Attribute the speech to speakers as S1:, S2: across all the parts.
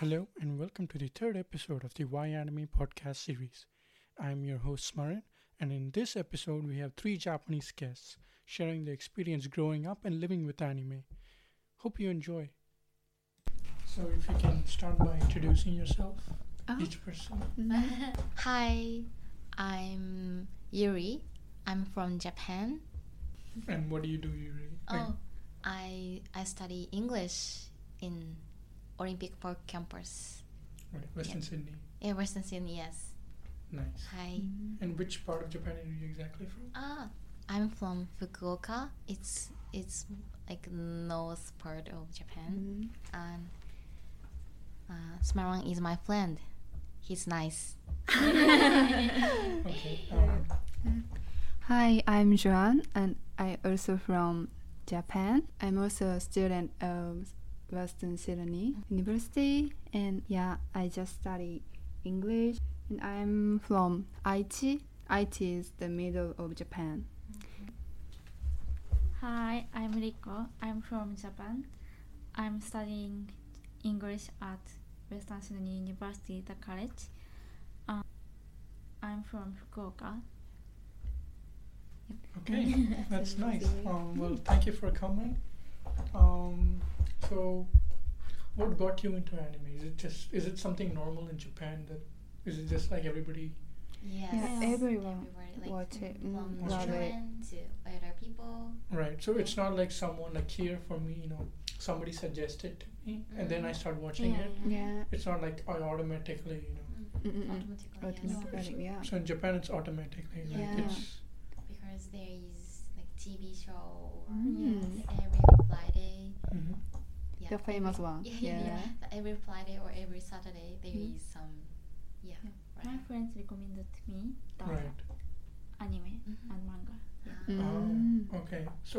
S1: Hello, and welcome to the third episode of the Why Anime podcast series. I'm your host, Smarin, and in this episode, we have three Japanese guests sharing their experience growing up and living with anime. Hope you enjoy. So, if you can start by introducing yourself,
S2: Oh.
S1: each person.
S2: Hi, I'm Yuri. I'm from Japan.
S1: And what do you do, Yuri? Like,
S2: Oh, I I study English in Olympic Park campus.
S1: right, Western Sydney.
S2: Yeah, Western Sydney, yes.
S1: Nice.
S2: Hi.
S1: And which part of Japan are you exactly from?
S2: Ah, I'm from Fukuoka. It's it's like north part of Japan. And uh, Smarang is my friend. He's nice.
S1: Okay. Um,
S3: Hi, I'm Joan, and I also from Japan. I'm also a student of Western Sydney University, and yeah, I just study English. And I'm from Aichi. Aichi is the middle of Japan.
S4: Hi, I'm Rico. I'm from Japan. I'm studying English at Western Sydney University, the college. Um, I'm from Fukuoka.
S1: Okay, that's nice. Um, well, thank you for coming. Um, so, what got you into anime? Is it just is it something normal in Japan that is it just like everybody?
S2: Yes.
S3: Yeah, everyone
S2: Everybody, like,
S3: watch it,
S2: from
S3: mm, love it.
S2: children to older people.
S1: Right. So it's not like someone like here for me. You know, somebody suggested to me, and then I start watching it.
S3: Mm-hmm. Yeah,
S1: It's not like I automatically, you know.
S3: Mm-mm-mm.
S2: Automatically, yes.
S3: automatic. Yeah,
S1: So in Japan, it's automatically like
S3: Yeah.
S1: it's
S2: Because there is like TV show or
S3: Mm.
S2: yes, every Friday.
S1: mhm,
S2: Yeah,
S3: the famous one.
S2: Yeah, yeah,
S3: Yeah,
S2: yeah. Every Friday or every Saturday there is
S3: Mm.
S2: some. Yeah.
S4: Yeah.
S2: Right.
S4: My friends recommended me the
S1: right.
S4: anime
S2: Mhm.
S4: and manga.
S2: Ah,
S3: Mm.
S1: Oh, okay. So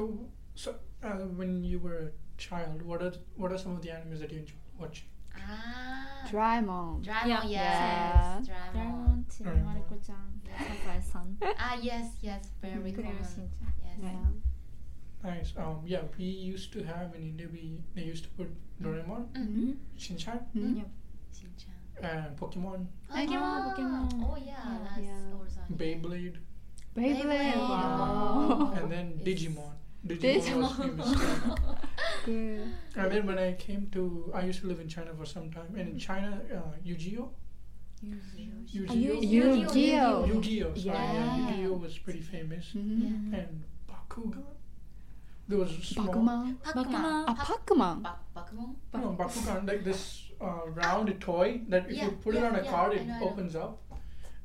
S1: so uh, when you were a child, what are what are some of the animes that you enjoy watching?
S2: Ah.
S3: Draimon.
S2: Dragon,
S4: Yeah.
S3: Yeah.
S2: yes. Dragon.
S4: Dragon to
S1: Doraemon.
S4: Mariko-chan, Sakurai-san,
S2: Ah, yes, yes. Very
S3: Mm.
S2: common. Yes.
S4: Kuroyo-shin-chan.
S3: Yeah.
S1: Nice. Um, yeah, we used to have in India. We they used to put Doraemon,
S4: Mm-hmm.
S2: Mm.
S1: Shinchan,
S3: Mm.
S4: Yep.
S2: Shinchan.
S1: and Pokemon,
S2: Pokemon.
S4: Pokemon.
S2: Oh yeah,
S4: Yeah.
S2: that's
S3: Yeah.
S2: also. anime.
S1: Beyblade,
S3: Beyblade.
S2: Beyblade.
S3: Wow.
S1: and then
S2: It's-
S1: Digimon. Digimon. was famous.
S3: Good.
S1: and then when I came to, I used to live in China for some time, and in China, uh, Yu-Gi-Oh,
S2: Ah,
S1: Yu-
S2: Yu-Gi-Oh, Yu-Gi-Oh.
S3: Yu-Gi-Oh.
S1: Yu-Gi-Oh, sorry, yeah.
S3: Yeah.
S1: Yu-Gi-Oh was pretty famous,
S3: Mhm.
S1: and Bakugan. There was a small,
S3: Bakuman.
S2: Pokemon.
S3: A Pokemon.
S2: Bak- Bakuman.
S1: no Bakugan, like this uh, round toy that if
S2: Mm-hmm. Yeah,
S1: you put it
S2: yeah,
S1: on a
S2: yeah,
S1: card,
S2: I
S1: it
S2: know, I know.
S1: opens up.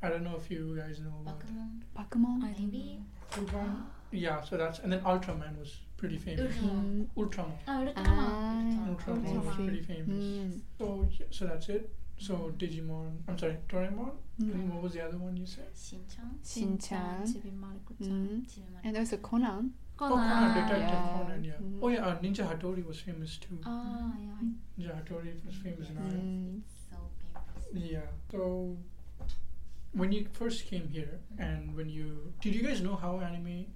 S1: I don't know if you guys know about it.
S2: Bakuman.
S3: Bakuman.
S4: I don't
S2: Maybe.
S1: Ultron. Yeah, so that's and then Ultraman was pretty famous.
S2: Ultron.
S1: Ultraman.
S4: Ah, Ultraman.
S3: Ah,
S1: Ultraman was
S4: Ultraman.
S1: pretty famous.
S3: Mm.
S1: So yeah, so that's it. So Digimon. I'm sorry, Doraemon.
S3: Mm.
S1: And what was the other one you said?
S2: Shinchan. Mm-hmm.
S3: Shin-chan.
S4: Chibi Mariko-chan.
S3: Mm.
S2: Chibimon.
S3: And also Conan.
S1: Oh, Conan,
S4: Conan.
S1: Detective
S3: Yeah.
S1: Conan. Yeah.
S3: Mhm.
S1: Oh yeah, uh, Ninja Hattori was famous too.
S4: Ah, yeah. I
S1: Ninja Hattori was famous in
S2: Yes.
S1: Ireland.
S3: Mm.
S2: So famous.
S1: Yeah. So when you first came here, and when you did, you guys know how anime,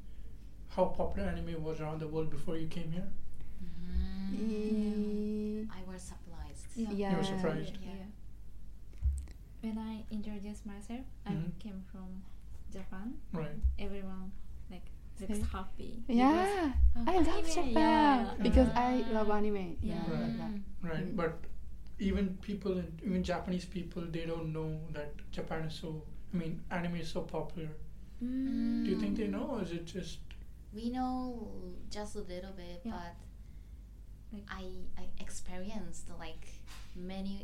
S1: how popular anime was around the world before you came here?
S3: E-
S2: I was surprised.
S4: Yeah.
S1: You were
S3: Yeah.
S1: surprised.
S2: Yeah.
S4: Yeah. When I introduced myself,
S1: Mhm.
S4: I came from Japan.
S1: Right.
S4: Everyone like looks
S3: Say-
S4: happy.
S3: Yeah,
S4: because,
S3: I
S4: uh,
S3: love
S4: anime,
S3: Japan
S4: yeah.
S3: because
S2: Uh,
S3: I love anime.
S4: Yeah.
S3: I
S1: Right.
S3: love that.
S1: Right,
S3: Mm.
S1: but even people, in, even Japanese people, they don't know that Japan is so. I mean, anime is so popular. Do you
S4: Mm.
S3: Mm.
S1: think they know, or is it just
S2: We know just a little bit,
S4: Yeah.
S2: but
S4: Like-
S2: I I experienced like many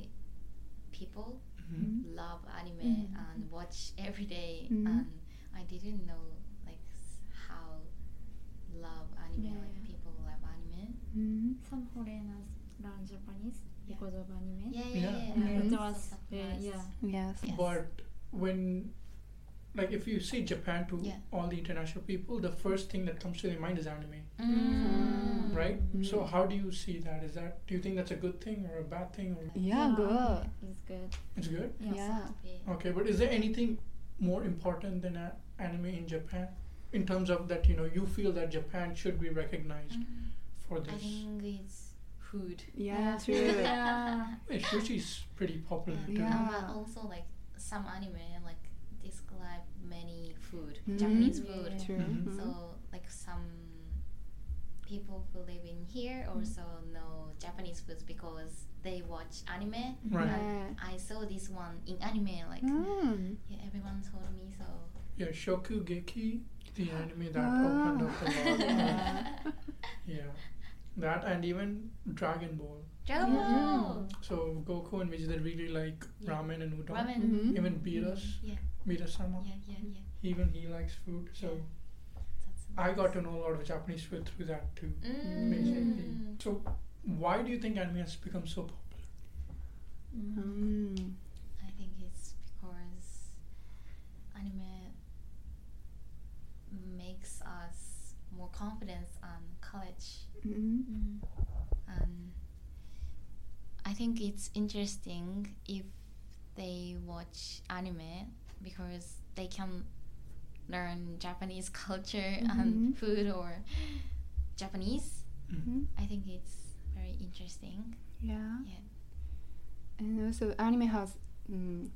S2: people
S1: Mhm.
S2: love anime
S4: Mm.
S2: and watch every day,
S3: Mhm.
S2: and I didn't know like s- how love anime
S4: Yeah,
S2: like
S4: yeah.
S2: people love anime.
S3: Mm.
S4: Some foreigners learn Japanese
S2: Yeah.
S4: because of anime.
S2: Yeah, yeah,
S1: Yeah.
S2: yeah.
S4: And
S3: Mhm.
S2: I'm
S4: it
S2: so
S4: was very-
S2: surprised.
S4: yeah.
S3: Yes.
S2: Yes.
S1: But when, like, if you say Japan to
S2: Yeah.
S1: all the international people, the first thing that comes to their mind is anime,
S2: Mm.
S1: right?
S3: Mm.
S1: So how do you see that? Is that do you think that's a good thing or a bad thing? Or
S3: Yeah, good.
S4: anime is good.
S1: it's good.
S4: Yes.
S3: Yeah.
S2: Yeah.
S1: Okay, but is there anything more important than a- anime in Japan, in terms of that you know you feel that Japan should be recognized
S2: Mm.
S1: for this?
S2: I think it's food.
S3: Yeah,
S4: Yeah.
S3: true.
S4: Yeah.
S1: Wait, sushi's pretty popular. too.
S3: Yeah.
S2: but also like some anime like describe many food,
S3: Mhm.
S2: Japanese food.
S4: Mm. Yeah.
S3: True.
S1: Mhm.
S3: Mhm.
S2: So like some people who live in here also know Japanese foods because they watch anime.
S1: Right.
S3: Yeah.
S2: I saw this one in anime like
S3: Mm.
S2: yeah, everyone told me so.
S1: Yeah, Shokugeki, the anime that
S3: Ah.
S1: opened up a lot.
S2: Yeah.
S1: yeah, that and even Dragon Ball.
S2: Dragon
S3: Yeah.
S2: Ball,
S1: So Goku and Vegeta really like
S2: Yeah.
S1: ramen and udon. Mm-hmm.
S2: ramen. Mm-hmm.
S3: Mhm.
S1: Even Beerus,
S2: Yeah,
S1: Beerus-sama,
S2: yeah, yeah, yeah.
S1: even he likes food. So
S2: That's
S1: I got to
S2: nice.
S1: know a lot of Japanese food through that too.
S2: Mm.
S1: basically. So why do you think anime has become so popular?
S4: Mm.
S3: Mm.
S2: I think it's because anime makes us more confidence on college
S3: Mm.
S4: Mm.
S2: and Um, I think it's interesting if they watch anime because they can learn Japanese culture
S3: Mhm.
S2: and food or Japanese.
S1: Mm.
S3: Mhm.
S2: I think it's very interesting.
S3: Yeah.
S2: Yeah.
S3: And also, anime has mm,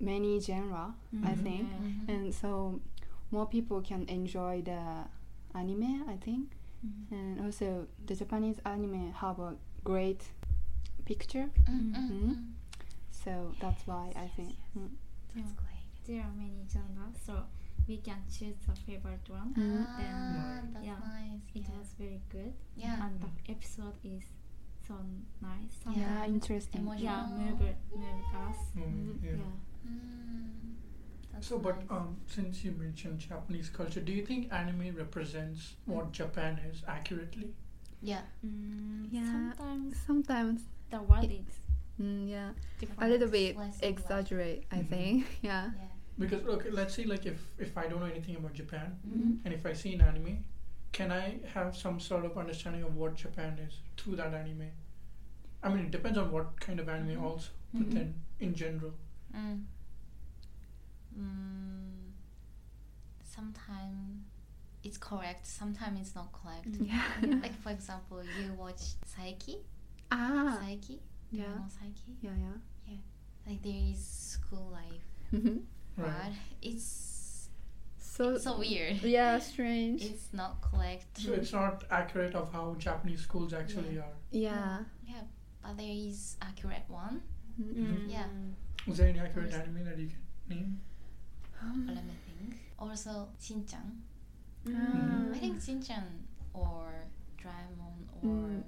S3: many genre, I
S4: Mm-hmm.
S1: Mhm.
S3: think,
S2: Mhm.
S3: and so more people can enjoy the anime. I think,
S4: Mm.
S3: and also the Japanese anime have a great picture,
S2: Mm, mm,
S3: Mhm.
S2: mm.
S3: so that's why I
S2: Yes,
S3: think.
S2: yes.
S3: Mm.
S2: That's great.
S4: There are many genres, so we can choose the favorite one.
S3: Mm.
S2: Ah,
S1: Then,
S2: that's
S4: yeah,
S2: nice.
S4: It
S2: yeah.
S4: was very good,
S2: yeah.
S4: and the episode is so nice.
S3: Yeah,
S2: Yeah.
S3: interesting.
S2: Emotional.
S4: yeah, move, move us.
S2: Mm-hmm.
S1: Mm,
S3: Mhm.
S1: yeah.
S2: Mm, that's
S1: So, but
S2: nice.
S1: um, since you mentioned Japanese culture, do you think anime represents what Japan is accurately?
S2: yeah,
S4: Mm,
S3: Yeah.
S4: Sometimes
S3: Sometimes,
S4: the word
S3: It-
S4: is
S3: mm, yeah,
S4: different.
S3: a little bit
S2: Slice of life.
S3: exaggerate. I
S1: Mhm.
S3: think, yeah.
S2: yeah.
S1: Because okay, let's say like if if I don't know anything about Japan
S3: Mm-hmm.
S4: Mm-hmm.
S2: Mhm.
S1: and if I see an anime, can I have some sort of understanding of what Japan is through that anime? I mean, it depends on what kind of anime
S2: Mhm.
S1: also, but
S2: Mhm.
S1: then in general.
S2: Mm. Mm, sometimes it's correct, sometimes it's not correct.
S4: Mm.
S3: Yeah.
S2: Like for example, you watch Saiki,
S3: ah.
S2: Saiki, do you
S3: Yeah.
S2: know Saiki.
S3: Yeah.
S2: Like there is school life,
S3: Yeah. hmm
S2: but it's
S3: So.
S2: so weird.
S3: Yeah. Strange.
S2: It's not correct.
S1: So it's not accurate of how Japanese schools actually are.
S3: yeah.
S2: Yeah, but there is accurate one.
S3: Mm-hmm.
S1: Mhm.
S2: Yeah.
S1: Is there any accurate
S2: Understand.
S1: anime that you can name?
S3: Um,
S2: Let me think. Also, Shinchan.
S1: Mhm.
S3: Ah.
S2: Mm. I think Shinchan or Draemon or
S3: Mm.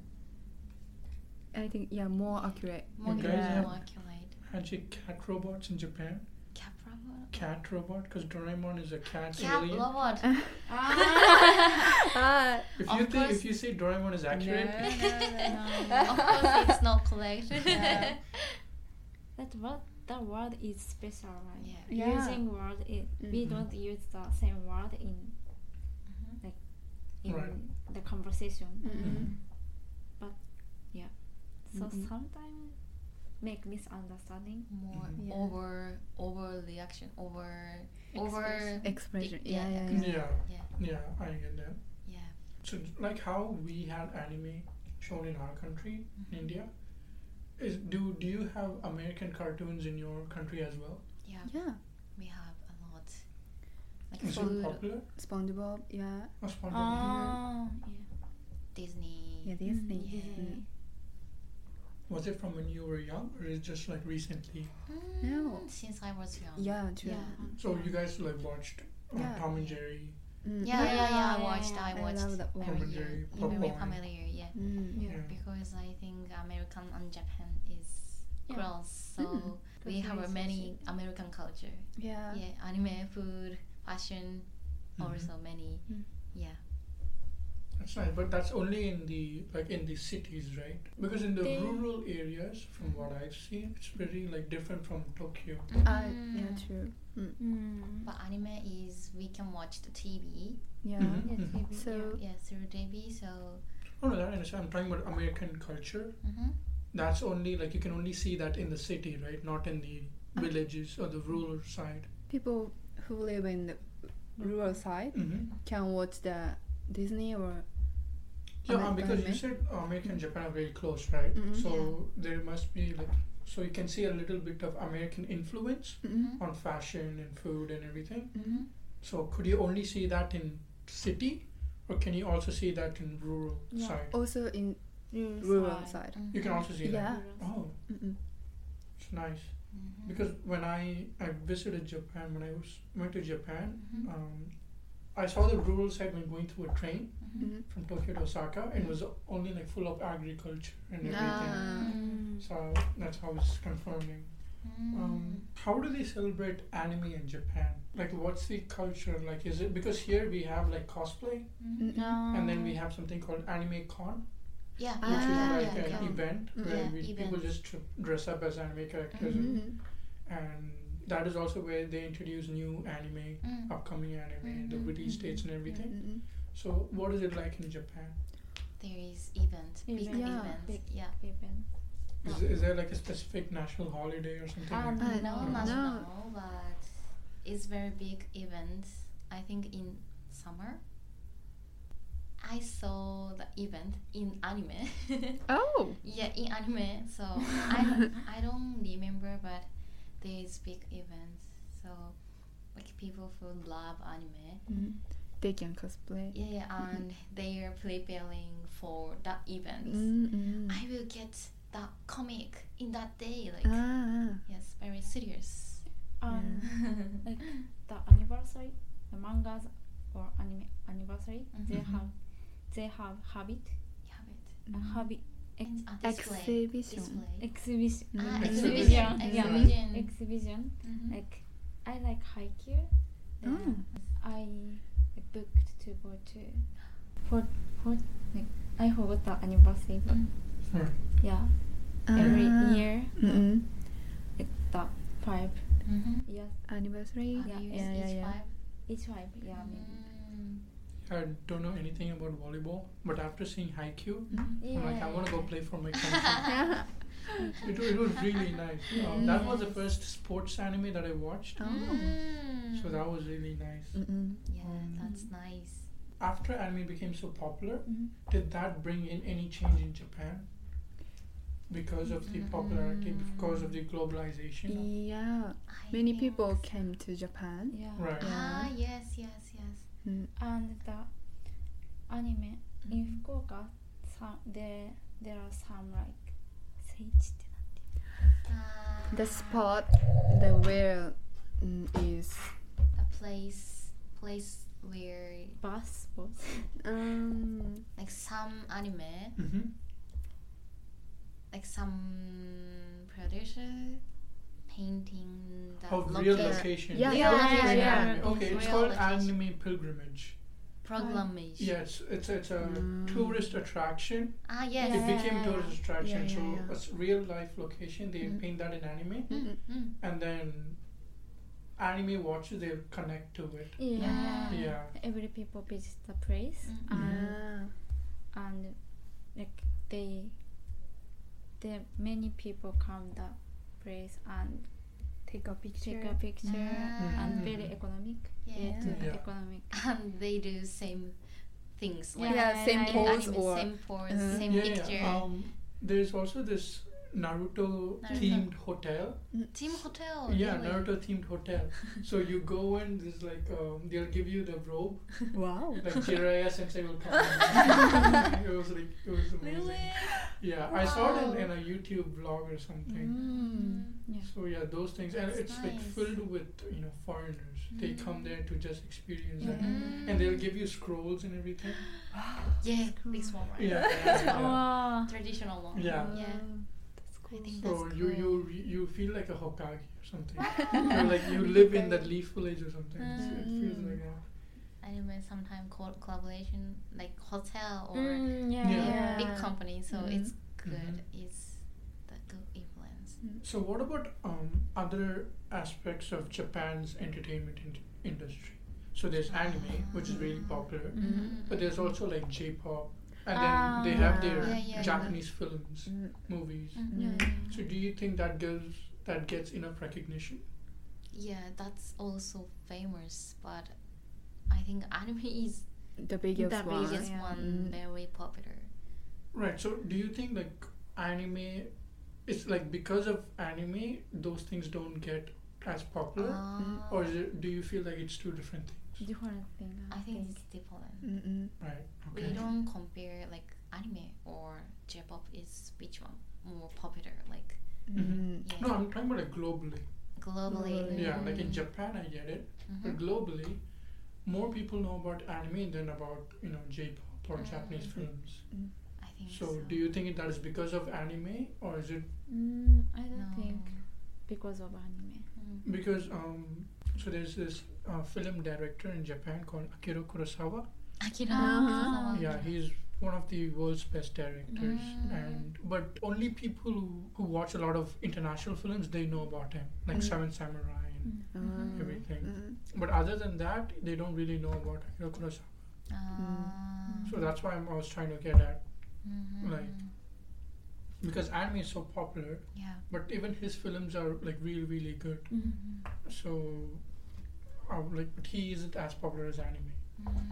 S3: I think yeah, more accurate.
S2: more
S1: Okay.
S2: yeah.
S1: Yeah.
S2: more accurate.
S1: Actually, cat robots in Japan.
S2: Cat robot.
S1: Cat robot, because Doraemon is a cat
S2: Cat
S1: alien.
S2: robot.
S3: Ah,
S1: If
S2: Of
S1: you think
S2: course.
S1: if you say Doraemon is accurate,
S2: of course, it's not correct.
S4: Yeah. That word, that word is special, right?
S2: Oh, Yeah.
S3: Yeah. Mm-hmm.
S4: Using word, it, we
S1: Mhm.
S4: don't use the same word in
S2: Mhm.
S4: in
S1: Right.
S4: the conversation.
S1: Mm-hmm.
S3: Mhm.
S4: Yeah. So
S3: Mhm.
S4: sometimes make misunderstanding.
S2: More
S1: Mhm.
S3: Yeah.
S2: over over reaction over over
S4: Expression.
S3: expression.
S2: Yeah,
S3: Yeah, yeah,
S1: yeah.
S3: yeah.
S1: yeah,
S2: yeah
S1: I get that.
S2: yeah.
S1: So like how we had anime shown in our country, in India, is do do you have American cartoons in your country as well?
S2: yeah
S3: Yeah.
S2: we have a lot like
S1: Is it
S2: food
S1: popular?
S3: SpongeBob. Yeah.
S1: Or SpongeBob?
S2: Um,
S4: Oh,
S2: Disney Mm-hmm.
S3: Yeah, Disney.
S4: Mm, yeah.
S3: Mm.
S1: Was it from when you were young, or is it just like recently?
S2: Mm,
S3: No.
S2: since I was young
S3: Yeah. True.
S2: Yeah.
S1: So you guys like watched uh,
S3: Yeah.
S1: Tom and Jerry.
S3: Mm.
S2: Yeah, yeah, yeah. I
S4: Yeah,
S2: watched.
S4: yeah,
S2: I
S3: I
S2: watched.
S3: love that
S2: very,
S1: Power
S2: yeah,
S1: Rangers,
S2: yeah, very
S1: Popeye.
S2: familiar. Yeah,
S3: Mm.
S4: Yeah.
S2: because I think American and Japan is
S4: Yeah.
S2: close, so
S3: Mm.
S2: we
S4: That's
S2: have
S4: nice,
S2: many American culture.
S3: Yeah.
S2: Yeah, anime, food, fashion,
S1: Mhm.
S2: also many.
S4: Mm.
S2: Yeah,
S1: That's nice, but that's only in the like in the cities, right? Because in the
S4: They-
S1: rural areas, from what I've seen, it's very like different from Tokyo.
S3: Ah, yeah.
S2: Mm.
S3: True. Mm.
S4: Mm.
S2: But anime is we can watch the TV.
S3: Yeah.
S1: Mhm.
S4: Yes, we will,
S3: So-
S2: Yeah, through TV. So.
S1: Oh no, that I understand. I'm talking about American culture.
S2: Mm-hmm.
S1: That's only like you can only see that in the city, right? Not in the villages or the rural side.
S3: People who live in the rural side
S1: Mm-hmm.
S3: can watch the Disney or
S1: Yeah, uh,
S3: American
S1: because you
S3: anime.
S1: said uh, America and Japan are very close, right?
S3: Mhm.
S1: So there must be like, so you can see a little bit of American influence
S3: Mhm.
S1: on fashion and food and everything.
S2: Mm-hmm.
S3: Mhm.
S1: So could you only see that in city, or can you also see that in rural
S4: Yeah.
S1: side?
S3: Also in rural
S4: Rural side.
S3: side.
S2: Mm-hmm.
S1: You can also see
S3: Yeah.
S1: that. Oh,
S3: Mhm.
S1: it's nice.
S2: Mhm.
S1: Because when I I visited Japan, when I was went to Japan,
S2: Mhm.
S1: um, I saw the rural side when going through a train
S2: Mhm.
S3: Mhm.
S1: from Tokyo to Osaka, and it was only like full of agriculture and everything.
S3: Ah.
S1: So that's how it's confirming.
S2: Mm. Mm-hmm.
S1: Um, how do they celebrate anime in Japan? Like, what's the culture like? Is it because here we have like cosplay,
S2: Mhm.
S4: Mm.
S1: and then we have something called Anime Con,
S2: Yeah,
S1: which
S3: Ah,
S2: yeah,
S1: is like
S2: Ah, yeah,
S1: an
S2: yeah.
S1: event where
S2: Yeah, Mm-hmm.
S1: we, people
S2: event.
S1: just tr- dress up as anime characters, and-
S3: Mhm.
S1: and that is also where they introduce new anime,
S2: Mm.
S1: upcoming anime, and the
S2: Mhm,
S1: release
S2: mhm.
S1: dates and everything.
S3: Mhm.
S1: So, what is it like in Japan?
S2: There is event, big
S4: Event.
S3: Yeah.
S2: event.
S3: Big-
S2: Yeah.
S4: Even.
S1: Is, is there like a specific national holiday or something?
S4: Ah,
S1: like
S4: no.
S1: that?
S3: I
S2: No
S3: don't
S2: national,
S3: know.
S2: but it's very big event. I think in summer. I saw the event in anime.
S3: Oh.
S2: yeah, in anime. So I I don't remember, but there is big event. So like people who love anime.
S3: Mhm. They can cosplay.
S2: Yeah, yeah, and they are preparing for that event.
S3: Mhm.
S2: I will get that comic in that day. Like
S3: Ah.
S2: yes, very serious.
S4: Um,
S2: Mhm.
S4: like the anniversary, the mangas or anime anniversary, they
S2: Mhm.
S4: have they have habit,
S2: Yeah, wait.
S4: a habit ex-
S2: And a display.
S3: ah. Mm-hmm. Exhibition.
S2: Display.
S4: exhibition.
S2: Ah,
S3: Mhm.
S2: exhibition.
S4: Yeah,
S2: Exhibition.
S4: yeah, exhibition.
S2: Mhm.
S4: Like I like haiku.
S2: Mm-hmm.
S3: Oh.
S4: I booked to go to for for like, I forgot the anniversary, but
S2: Mm.
S1: Hmm.
S4: yeah,
S3: Ah.
S4: every year
S3: Mhm.
S4: it's the five
S2: Mhm.
S4: years,
S3: Anniversary.
S2: Are
S4: Yeah,
S2: you
S4: yeah,
S2: each
S4: yeah, yeah.
S2: five?
S4: each five, yeah, maybe.
S2: Mm.
S1: I don't know anything about volleyball, but after seeing Haikyuu,
S2: Oh
S3: Mhm.
S1: I'm like, I want to go
S4: Yeah.
S1: play for my country. it, wa- it was really nice. Um, that was the first sports anime that I watched,
S3: Oh.
S2: Mm.
S1: so that was really nice.
S3: Mhm.
S2: Yeah, that's nice.
S1: After anime became so popular,
S4: Mhm.
S1: did that bring in any change in Japan? Because of the popularity, because of the globalization?
S3: Yeah.
S2: I
S3: Many
S2: think-
S3: people came to Japan.
S4: Yeah.
S1: Right.
S2: Ah yes, yes, yes.
S3: Mm.
S4: And the anime
S2: Mm-hmm.
S4: in Fukuoka, some there there are some like sage.
S2: Ah,
S3: The spot, the where mm, is.
S2: a place, place where
S4: bus was
S3: Um,
S2: like some anime
S1: Mm-hmm.
S2: like some producer painting the
S1: Of real
S2: location
S1: location.
S3: Yeah,
S4: Yeah,
S1: Not
S4: yeah,
S1: just
S4: yeah.
S1: anime. Okay,
S2: It's
S1: it's
S2: real
S1: called
S2: location.
S1: anime pilgrimage.
S2: proclamation.
S1: Yes, it's it's a
S3: Mm.
S1: tourist attraction.
S2: Ah yes.
S1: It
S4: Yeah.
S1: became tourist attraction,
S3: Yeah,
S1: so
S3: yeah, yeah.
S1: it's real life location. They
S3: Mm.
S1: paint that in anime,
S2: Mm, mm.
S1: and then anime watchers they connect to it.
S4: Ah,
S2: Yeah.
S1: Yeah,
S4: Every people visit the place
S2: Mm.
S4: and
S3: yeah.
S4: and like they there many people come the place and
S3: Take a picture.
S4: take a picture
S2: Mm.
S4: and very
S1: Mm.
S4: economic.
S2: Yeah.
S4: to
S1: Yeah.
S4: economic.
S2: And they do same things
S4: Yeah,
S2: like
S3: yeah, same
S4: yeah, yeah.
S3: pose
S2: anime,
S3: or.
S2: same pose,
S3: Mhm.
S2: same
S1: yeah,
S2: picture.
S1: yeah. Um, there's also this Naruto themed hotel.
S2: Team hotel.
S1: yeah,
S2: Oh, really.
S1: Naruto themed hotel. so you go and there's like um, they'll give you the robe.
S3: Wow.
S1: Like Jiraiya Sensei will come. it was like it was amazing.
S2: Really?
S1: Yeah, I saw it
S2: Wow.
S1: in, in a YouTube vlog or something.
S2: Mm.
S4: Yeah.
S1: So yeah, those things, and
S2: That's
S1: it's like
S2: nice.
S1: filled with you know foreigners. They come there to just experience it,
S4: Yeah.
S2: Mm.
S1: and they'll give you scrolls and everything.
S2: Yeah, this one right.
S1: Yeah. yeah, yeah.
S4: Wow.
S2: Traditional one.
S1: Yeah.
S2: Yeah.
S3: That's
S2: I
S3: cool.
S2: think that's
S1: So
S2: cool.
S1: you you re- you feel like a Hokage or something. You're like you live in that leaf village or something. So it feels
S3: Mm.
S1: like that.
S2: anime sometimes called collaboration like hotel or
S4: Mm,
S1: Yeah.
S2: yeah,
S1: Yeah.
S2: big company, so
S3: Mhm.
S2: it's good.
S1: Mhm.
S2: It's the good influence.
S1: So what about um other aspects of Japan's entertainment in- industry? So there's anime, which is really popular,
S4: Mm-hmm.
S2: Mm-hmm.
S3: Mhm.
S1: but there's also like J-pop, and then they have their
S3: Ah.
S2: Yeah, yeah, yeah.
S1: Japanese films,
S3: Mm.
S1: movies.
S2: Mm.
S4: Yeah.
S1: So do you think that gives that gets enough recognition?
S2: Yeah, that's also famous, but I think anime is
S3: the biggest
S4: The
S3: one.
S2: biggest
S4: yeah.
S2: one,
S3: Mm.
S2: very popular.
S1: Right. So do you think like anime? It's like because of anime, those things don't get as popular,
S2: Uh,
S1: Mm-hmm. or is it, do you feel like it's two different things?
S4: Different thing. I,
S2: I think it's different.
S3: Mm-mm.
S1: Right.
S2: We
S1: Mm, Okay.
S2: don't compare like anime or J-pop is which one more popular like
S1: Mm-hmm.
S3: Mm.
S2: yeah
S1: No, I'm talking about like globally.
S2: globally.
S1: Yeah, like in
S2: Mm.
S1: Japan, I get it, but
S2: Mhm.
S1: globally, more people know about anime than about you know J-pop or Japanese
S2: Mm.
S1: films.
S2: I think so.
S1: So do you think that is because of anime, or is it
S4: Mm, I don't
S2: No.
S4: think because of anime.
S2: Mm.
S1: because um? So there's this uh, film director in Japan called Akira Kurosawa.
S2: Akira
S3: Uh-huh.
S2: Kurosawa.
S1: Yeah, he's one of the world's best directors,
S2: Oh, Mm.
S1: and but only people who, who watch a lot of international films they know about him, like
S3: Mm.
S1: Seven Samurai and
S4: Mm.
S3: Mm.
S1: Mm-hmm. everything.
S3: Mm.
S1: But other than that, they don't really know about Akira Kurosawa.
S2: Ah.
S1: Mm. So that's why I'm, I was trying to get at
S2: Mhm.
S1: like- because anime is so popular,
S2: yeah.
S1: but even his films are like really really good. Mm-hmm.
S2: Mhm.
S1: So, uh, like, but he isn't as popular as anime.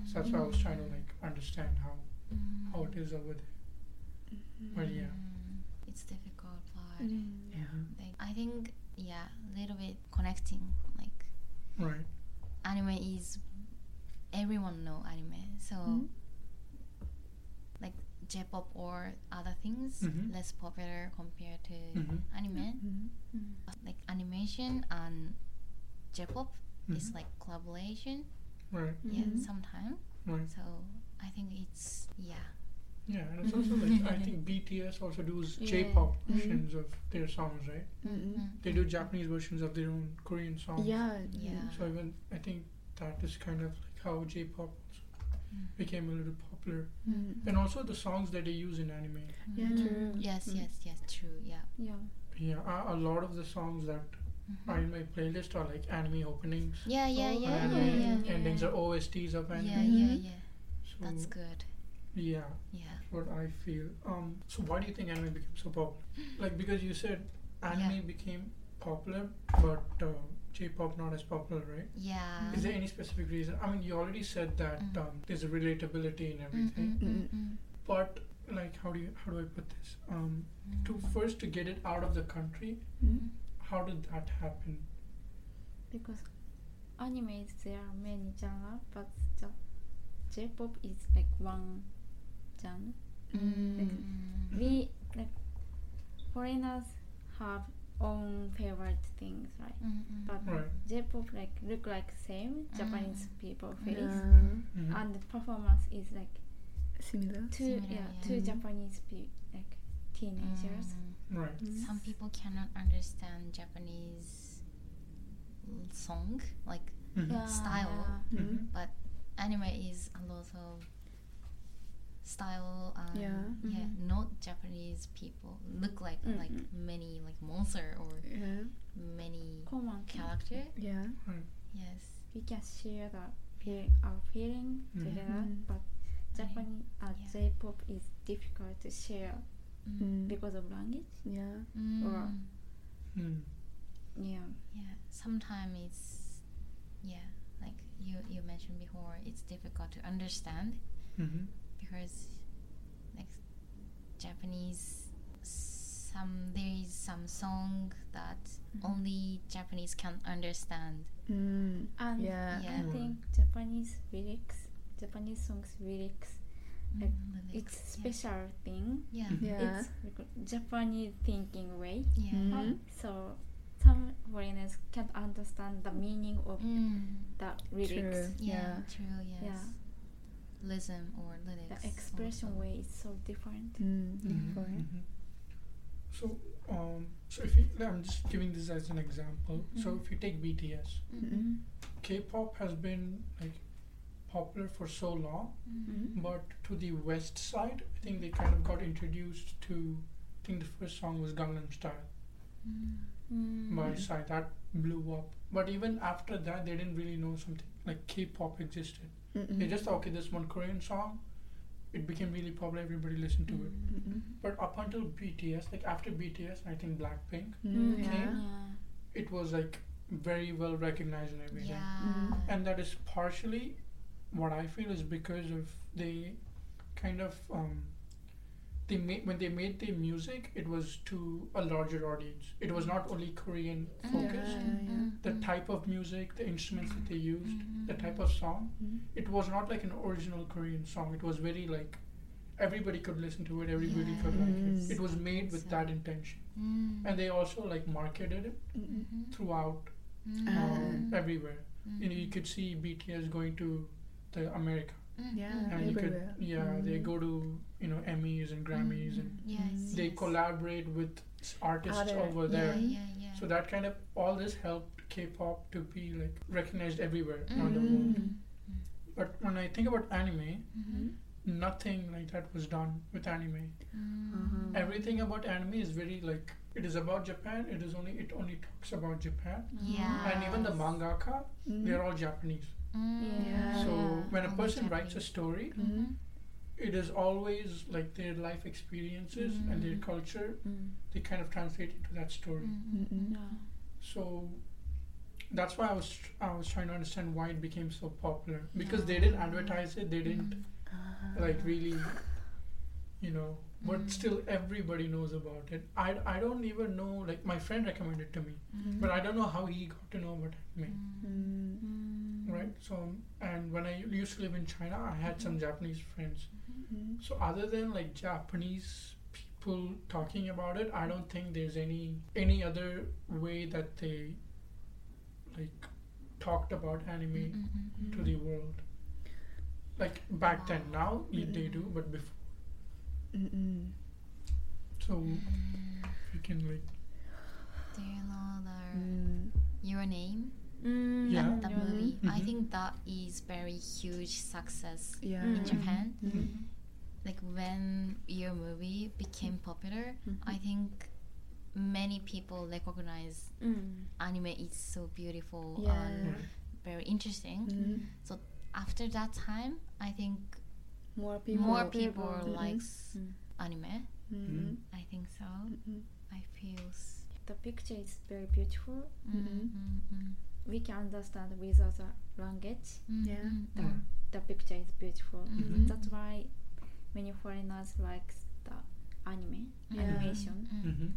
S1: So that's why I was trying to like understand how
S2: Mm.
S1: how it is over there. But Oh, yeah.
S2: Mm. It's difficult part.
S4: Mm.
S2: Like, I think yeah, a little bit connecting like
S1: Right.
S2: anime is everyone know anime. So
S3: Mhm.
S2: like J-pop or other things
S1: Mhm.
S2: less popular compared to
S1: Mhm.
S2: anime.
S3: Mm.
S4: Mm.
S2: Like animation and J-pop is
S1: Mhm.
S2: like collaboration.
S1: Right.
S2: Yeah,
S3: Mhm.
S2: sometimes.
S1: Right.
S2: So I think it's yeah.
S1: Yeah, and it's also like I think BTS also does
S4: Yeah.
S1: J-pop
S2: Mm-hmm.
S3: Mhm.
S1: versions of their songs, right?
S3: Mm-mm.
S2: Mm.
S1: They do Japanese versions of their own Korean songs.
S3: Yeah.
S2: Yeah.
S1: So even I think that is kind of like how J-pop
S2: Mm.
S1: became a little popular,
S3: Mm.
S1: and also the songs that they use in anime.
S3: Yeah,
S4: Mm.
S3: true.
S2: Yes,
S3: Mm.
S2: yes, yes, true. Yeah.
S4: Yeah.
S1: Yeah, a, a lot of the songs that
S2: Mhm.
S1: are in my playlist are like anime openings.
S2: Yeah, yeah,
S4: Oh,
S2: yeah,
S1: um, and
S2: yeah,
S1: anime
S2: yeah.
S4: yeah.
S1: endings are OSTs of anime.
S2: Yeah, yeah,
S3: Mhm.
S2: yeah.
S1: So
S2: That's good.
S1: yeah,
S2: Yeah.
S1: what I feel. Um, so why do you think anime became so popular? Like because you said anime
S2: Yeah.
S1: became popular, but uh, J-pop not as popular, right?
S2: Yeah.
S1: Is there any specific reason? I mean, you already said that
S2: Mhm.
S1: um, there's a relatability in
S2: Mm,
S1: everything,
S2: mm, mm, mm.
S1: but like how do you how do I put this? Um,
S2: mm.
S1: to first to get it out of the country,
S2: Mm-hmm.
S3: Mm.
S1: how did that happen?
S4: Because anime is there are many genre, but the J-pop is like one genre.
S3: Mm-hmm.
S2: Mm.
S4: We like foreigners have own favorite things, right?
S2: Mm, mm.
S4: But
S1: Right.
S4: J-pop like look like same Japanese
S2: Mm.
S4: people face,
S3: Yeah.
S1: Mhm.
S4: and the performance is like
S2: Mm-hmm.
S3: Similar.
S4: two
S2: Similar,
S4: yeah,
S2: yeah.
S4: two
S3: Mm.
S4: Japanese pe- like teenagers.
S2: Mm.
S1: right.
S4: Mm.
S2: Some people cannot understand Japanese l- song, like,
S1: Mhm.
S4: Yeah,
S2: Mm. Style.
S1: Mhm.
S3: Mm.
S2: but anime is a lot of style and
S3: Yeah.
S2: yeah,
S4: Mhm.
S2: not Japanese people look like
S4: Mm,
S2: like
S4: mm.
S2: many like monster or
S3: Yeah.
S2: many
S4: Common thing.
S2: character.
S3: Yeah.
S1: Right.
S2: Yes.
S4: we can share the feel, our feeling
S1: Mhm.
S4: together,
S3: Mhm.
S4: but Japanese uh,
S2: Mm-hmm. yeah.
S4: J-pop is difficult to share
S3: Mm.
S4: because of language.
S3: Yeah.
S2: Mm.
S4: Or-
S1: Mm.
S4: Yeah,
S2: Yeah, sometimes it's yeah, like you you mentioned before, it's difficult to understand
S1: Mhm.
S2: because like Japanese some there is some song that
S4: Mhm.
S2: only Japanese can understand.
S3: Mm.
S4: and
S3: Yeah.
S2: Yeah.
S4: I
S1: Mm.
S4: think Japanese lyrics, Japanese songs lyrics, Like,
S2: Mm,
S4: it's
S2: lyrics,
S4: special thing.
S2: Yeah.
S1: Mhm.
S2: Yeah.
S3: Yeah.
S4: It's like Japanese thinking way.
S2: yeah.
S3: Mm.
S4: Uh, so some foreigners can't understand the meaning of
S2: Mm.
S4: the lyrics.
S3: True.
S2: Yeah,
S3: Yeah.
S2: True. Yes.
S4: Yeah.
S2: Lyricism or lyrics.
S4: The expression
S2: also.
S4: way is so different.
S3: Mm.
S1: Mhm.
S3: Before.
S1: Mhm. So, um, so if you, I'm just giving this as an example. So
S2: Mhm.
S1: if you take BTS,
S2: Mhm.
S1: K-pop has been like popular for so long,
S2: Mhm.
S1: but to the West side, I think they kind of got introduced to. I think the first song was Gangnam Style
S2: Mm.
S1: by
S4: Mm.
S1: Psy that blew up. But even after that, they didn't really know something like K-pop existed. They
S3: Mm-mm.
S1: just thought, okay, this one Korean song, it became really popular. Everybody listened to
S2: Mm-hmm.
S1: it.
S3: Mm-mm.
S1: But up until BTS, like after BTS, I think Blackpink,
S3: Mm,
S1: Okay.
S3: Yeah.
S1: it was like very well recognized Mm-hmm. and everything.
S2: Yeah.
S3: Mhm.
S1: And that is partially what I feel is because of they kind of um, they made when they made the music, it was to a larger audience. It was not only Korean
S2: Mm-hmm.
S3: Mm-hmm.
S1: focused. The type of music, the instruments that they
S3: Mm-hmm.
S1: used,
S2: Mm-hmm.
S1: the type of song, it was not like an original Korean song. It was very like everybody could listen to it. Everybody could like
S3: Yes.
S1: it. It was made with
S2: So-
S1: that intention,
S2: Mm-hmm.
S1: and they also like marketed it throughout
S2: Mm-hmm.
S1: um,
S3: Ah.
S1: everywhere. You know, you could see BTS going to the America.
S2: Mm-hmm.
S3: Yeah.
S1: And you could,
S3: Everywhere.
S1: yeah, they
S3: Mm.
S1: go to you know Emmys and Grammys, and
S2: Yes.
S1: they
S2: yes.
S1: collaborate with s- artists
S5: Other-
S1: over
S2: Mm-hmm. Yeah,
S1: there.
S2: yeah, yeah.
S1: So that kind of all this helped K-pop to be like recognized everywhere
S2: Mm-hmm.
S1: around the world.
S3: Mm.
S1: But when I think about anime,
S2: Mhm.
S1: nothing like that was done with anime.
S2: Mm-hmm.
S3: Uh-huh.
S1: Everything about anime is very like it is about Japan. It is only it only talks about Japan,
S2: Yeah.
S1: and even the
S2: Yes.
S1: mangaka, they are all Japanese.
S2: Mm.
S3: Yeah.
S1: So
S2: Yeah. Mm-hmm.
S1: when a
S2: Only
S1: person writes a
S2: Japanese.
S1: story,
S3: Mhm.
S1: it is always like their life experiences and their
S2: Mhm.
S1: culture
S3: Mm.
S1: they kind of translate into that story
S2: Mhm.
S3: Mm-mm.
S4: Mm-hmm.
S1: so that's why i was i was trying to understand why it became so popular because they didn't advertise it they didn't
S3: Mm-hmm.
S1: like really you know but
S2: Mhm.
S1: still everybody knows about it i i don't even know like my friend recommended it to me
S2: Mm-hmm.
S4: Mhm.
S1: Mm-hmm. but i don't know how he got to know about me
S3: Mm.
S2: Mm-hmm.
S4: Mm.
S1: right so and when i used to live in china i had some japanese friends
S3: Mm.
S1: So other than like Japanese people talking about it, I don't think there's any any other way that they like talked about anime
S2: Mhm.
S4: Mm-hmm.
S1: to the world. Like
S4: Oh,
S1: back then, now y- they do, but before.
S3: Mm-mm.
S1: So
S4: Mm-hmm.
S2: Mm.
S1: we can like
S2: Do you know the
S3: Mm.
S2: your name?
S4: Mm,
S1: Yeah.
S2: The
S4: I don't know.
S3: Mm-hmm.
S2: movie. I
S1: Mhm.
S2: think that is very huge success
S3: Yeah.
S4: Mm.
S2: in Japan.
S3: Mm.
S4: Mm-hmm.
S2: Like when your movie became popular,
S3: Mhm.
S2: I think many people recognize
S4: Mm.
S2: anime is so beautiful
S3: Yeah.
S2: and
S1: mm-hmm,
S2: very interesting.
S3: Mm.
S2: After that time, I think
S3: More people. Mm-hmm.
S2: more people
S3: Mm-mm.
S2: likes
S4: Mm.
S2: anime.
S3: Mm.
S2: I think so.
S3: Mm-mm.
S2: I feel. s-
S4: The picture is very beautiful.
S3: Mm-hmm.
S2: Mm, mm, mm.
S4: We can understand without the language.
S2: Mm,
S3: Yeah.
S2: mm,
S1: uh,
S2: mm.
S4: The picture is beautiful.
S2: Mhm.
S4: That's why many foreigners like the anime
S3: Yeah. Mm-hmm.
S4: animation.
S2: Mm, mm.
S1: mhm.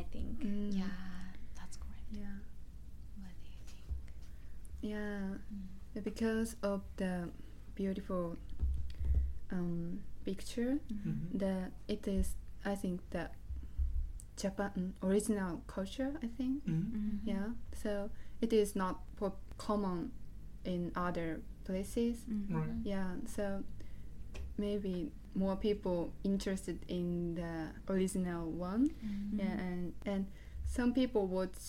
S4: I think.
S3: Mm.
S2: Yeah, that's correct.
S3: Yeah.
S2: What do you think?
S3: Yeah.
S2: Mm.
S3: Because of the beautiful um, picture,
S1: Mhm.
S3: the it is I think the Japan mm, original culture. I think.
S1: Mhm.
S4: Mhm.
S3: Yeah. So it is not pop- common in other places.
S4: Mhm.
S1: Right.
S3: Yeah, so maybe more people interested in the original one.
S2: Mm.
S3: Yeah, and and some people watch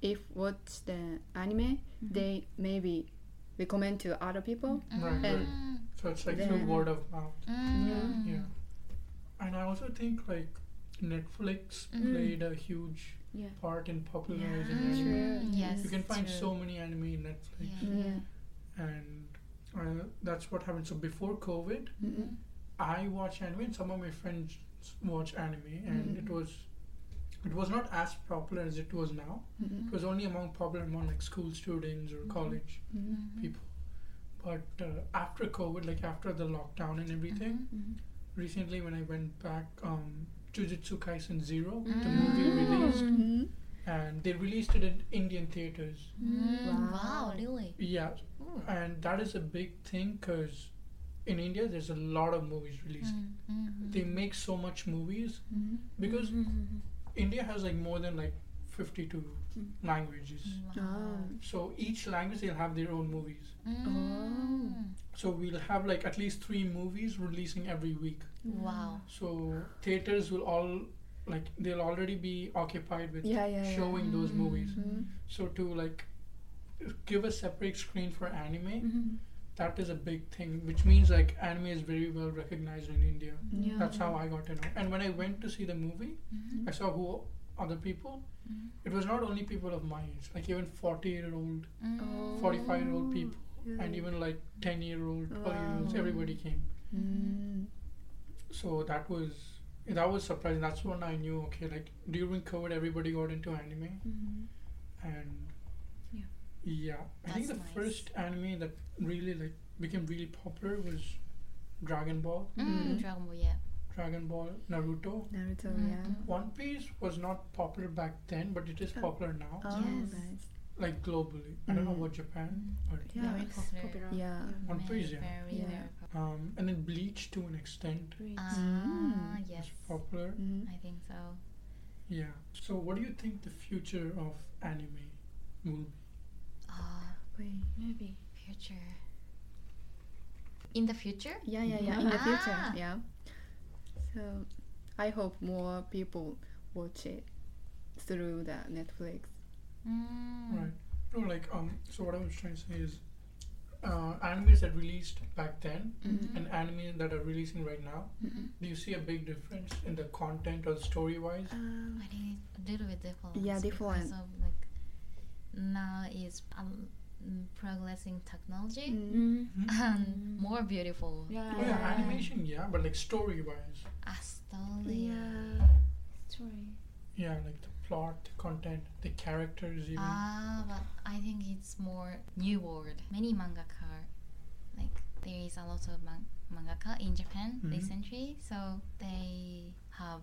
S3: if watch the anime,
S4: Mhm.
S3: they maybe recommend to other people.
S1: Right,
S3: And-
S2: Mm.
S1: So it's like
S3: Then-
S1: through word of mouth.
S2: Mm.
S1: Yeah.
S4: Mm-hmm.
S1: And I also think like Netflix
S2: Mm.
S1: played a huge
S4: Yeah.
S1: part in popularizing
S3: Yeah.
S1: anime.
S3: True.
S2: Yes.
S1: You can find
S2: true.
S1: so many anime in Netflix.
S2: Yeah.
S3: Yeah.
S1: and uh, that's what happened. So before COVID,
S2: Mm-hmm.
S3: Mm-mm.
S1: I watched anime, and some of my friends watch anime, and
S2: Mm-hmm.
S1: it was it was not as popular as it was now.
S3: Mm-mm.
S1: It was only among popular among like school students or
S2: Mm-hmm.
S1: college
S3: Mm-mm.
S2: Mhm.
S1: people. But uh, after COVID, like after the lockdown and everything,
S4: Mhm.
S2: Mm-hmm.
S1: recently when I went back, um, Jujutsu Kaisen 0 the
S2: Mm.
S1: movie released,
S4: Mm.
S3: Mm-mm.
S1: and they released it in Indian theaters.
S2: Mm.
S3: Wow.
S2: Wow. Really.
S1: Yeah,
S2: Ooh.
S1: and that is a big thing because in India there's a lot of movies released.
S2: Mm, mm,
S1: They make so much movies
S3: Mm-mm.
S1: because
S4: Mhm.
S1: India has like more than like 52
S4: Mm.
S1: languages.
S2: mm. Wow.
S3: Oh.
S1: So each language they'll have their own movies.
S2: Mm.
S1: So we'll have like at least three movies releasing every week.
S2: Wow.
S1: So theaters will all like they'll already be occupied with
S3: Yeah, yeah, yeah.
S1: showing those
S2: Mm.
S1: movies.
S3: Mm.
S1: So to like give a separate screen for anime,
S4: Mhm.
S1: that is a big thing, which means like anime is very well recognized in India.
S2: Mm-hmm.
S4: Yeah.
S1: That's how I got to know. And when I went to see the movie,
S2: Mhm.
S1: I saw who other people. It was not only people of my age, like even 40 year old,
S2: Mm.
S1: 45 year old people, and
S3: Really?
S1: even like 10 year old, 12 year olds,
S3: Wow.
S1: everybody came.
S3: Mm.
S1: So that was that was surprising. That's when I knew okay, like during COVID, everybody got into anime,
S4: Mhm.
S3: Mm-hmm.
S1: and
S4: Yeah.
S1: yeah, I think
S2: That's
S1: the
S2: nice.
S1: first anime that really like became really popular was Dragon Ball,
S2: Mm,
S3: Mhm.
S2: Dragon Ball, yeah.
S1: Dragon Ball, Naruto.
S3: Naruto,
S2: Mm,
S3: yeah.
S2: mm.
S1: One Piece was not popular back then, but it is
S3: Oh.
S1: popular now,
S3: Oh,
S2: Yes.
S3: nice.
S1: like globally. I don't know
S3: Mm.
S1: about Japan, but
S3: Yeah,
S2: very
S4: it's
S2: popular.
S3: Yeah.
S1: One
S2: very,
S1: Piece, yeah.
S2: Very,
S3: Yeah.
S2: very popular.
S1: um, and then Bleach to an extent
S4: Great.
S2: Ah,
S3: Mm.
S2: yes.
S1: was popular.
S3: Mm.
S2: I think so.
S1: Yeah. So, what do you think the future of anime will be?
S2: Uh,
S3: Wait.
S2: maybe future. In the future?
S3: Yeah, yeah, yeah. In the future,
S2: Ah.
S3: yeah. So, I hope more people watch it through the Netflix.
S2: Mm.
S1: Right. No, like um. So what I was trying to say is, uh, animes that released back then
S2: Mhm.
S1: and anime that are releasing right now.
S3: Mm-hmm.
S2: Mhm.
S1: Do you see a big difference in the content or story wise?
S3: Mm-hmm. Oh,
S2: I think it's a little bit different.
S3: Yeah,
S2: because
S3: different.
S2: of, like now is um, mm, progressing technology
S3: Mm.
S2: Uh, and more beautiful.
S4: Yeah.
S1: Oh yeah,
S3: Yeah.
S1: animation, yeah, but like story wise,
S2: Ah, slowly.
S3: Yeah.
S4: Story.
S1: yeah, like the plot, the content, the characters, even.
S2: Ah, but I think it's more new world. Many mangaka, like there is a lot of man- mangaka in Japan
S1: Mhm.
S2: recently, so they have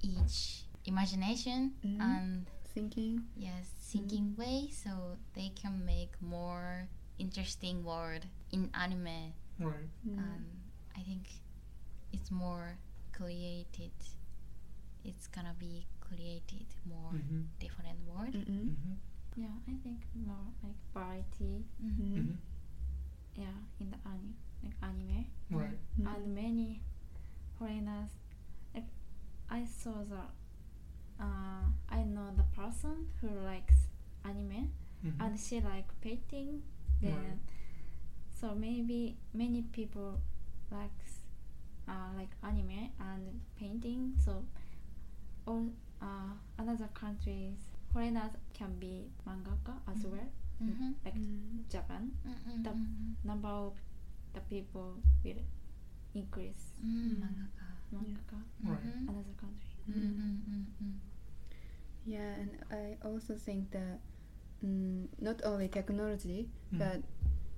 S2: each imagination
S3: Mhm.
S2: and
S3: Thinking.
S2: yes
S3: Mm.
S2: thinking way, so they can make more interesting world in anime,
S1: right.
S3: Mm.
S2: and I think it's more created. It's gonna be created more
S3: Mm.
S1: Mm-hmm.
S2: different world.
S3: Mm-mm.
S1: Mm-hmm.
S4: Yeah, I think more like variety.
S2: Mhm.
S3: Mm.
S1: Mm-hmm.
S4: Yeah, in the anime, like anime,
S1: Right.
S3: Mm.
S4: and many foreigners. Like, I saw the. Uh, I know the person who likes anime,
S1: Mm-hmm.
S4: and she like painting. Then,
S1: Right.
S4: so maybe many people likes uh, like anime and painting. So, all uh, another countries foreigners can be mangaka as
S1: Mm-hmm.
S2: Mhm.
S4: well,
S2: Mhm.
S4: like
S3: Mm.
S4: Japan.
S2: Mm,
S4: The-
S2: mm,
S4: number of the people will increase.
S2: mm,
S3: Mm.
S2: mangaka.
S4: Mangaka,
S1: Right.
S2: Mhm.
S4: another country.
S2: Mm, mm, mm, mm.
S3: Mm-hmm. Yeah, and I also think that mm, not only technology,
S1: Mm.
S3: but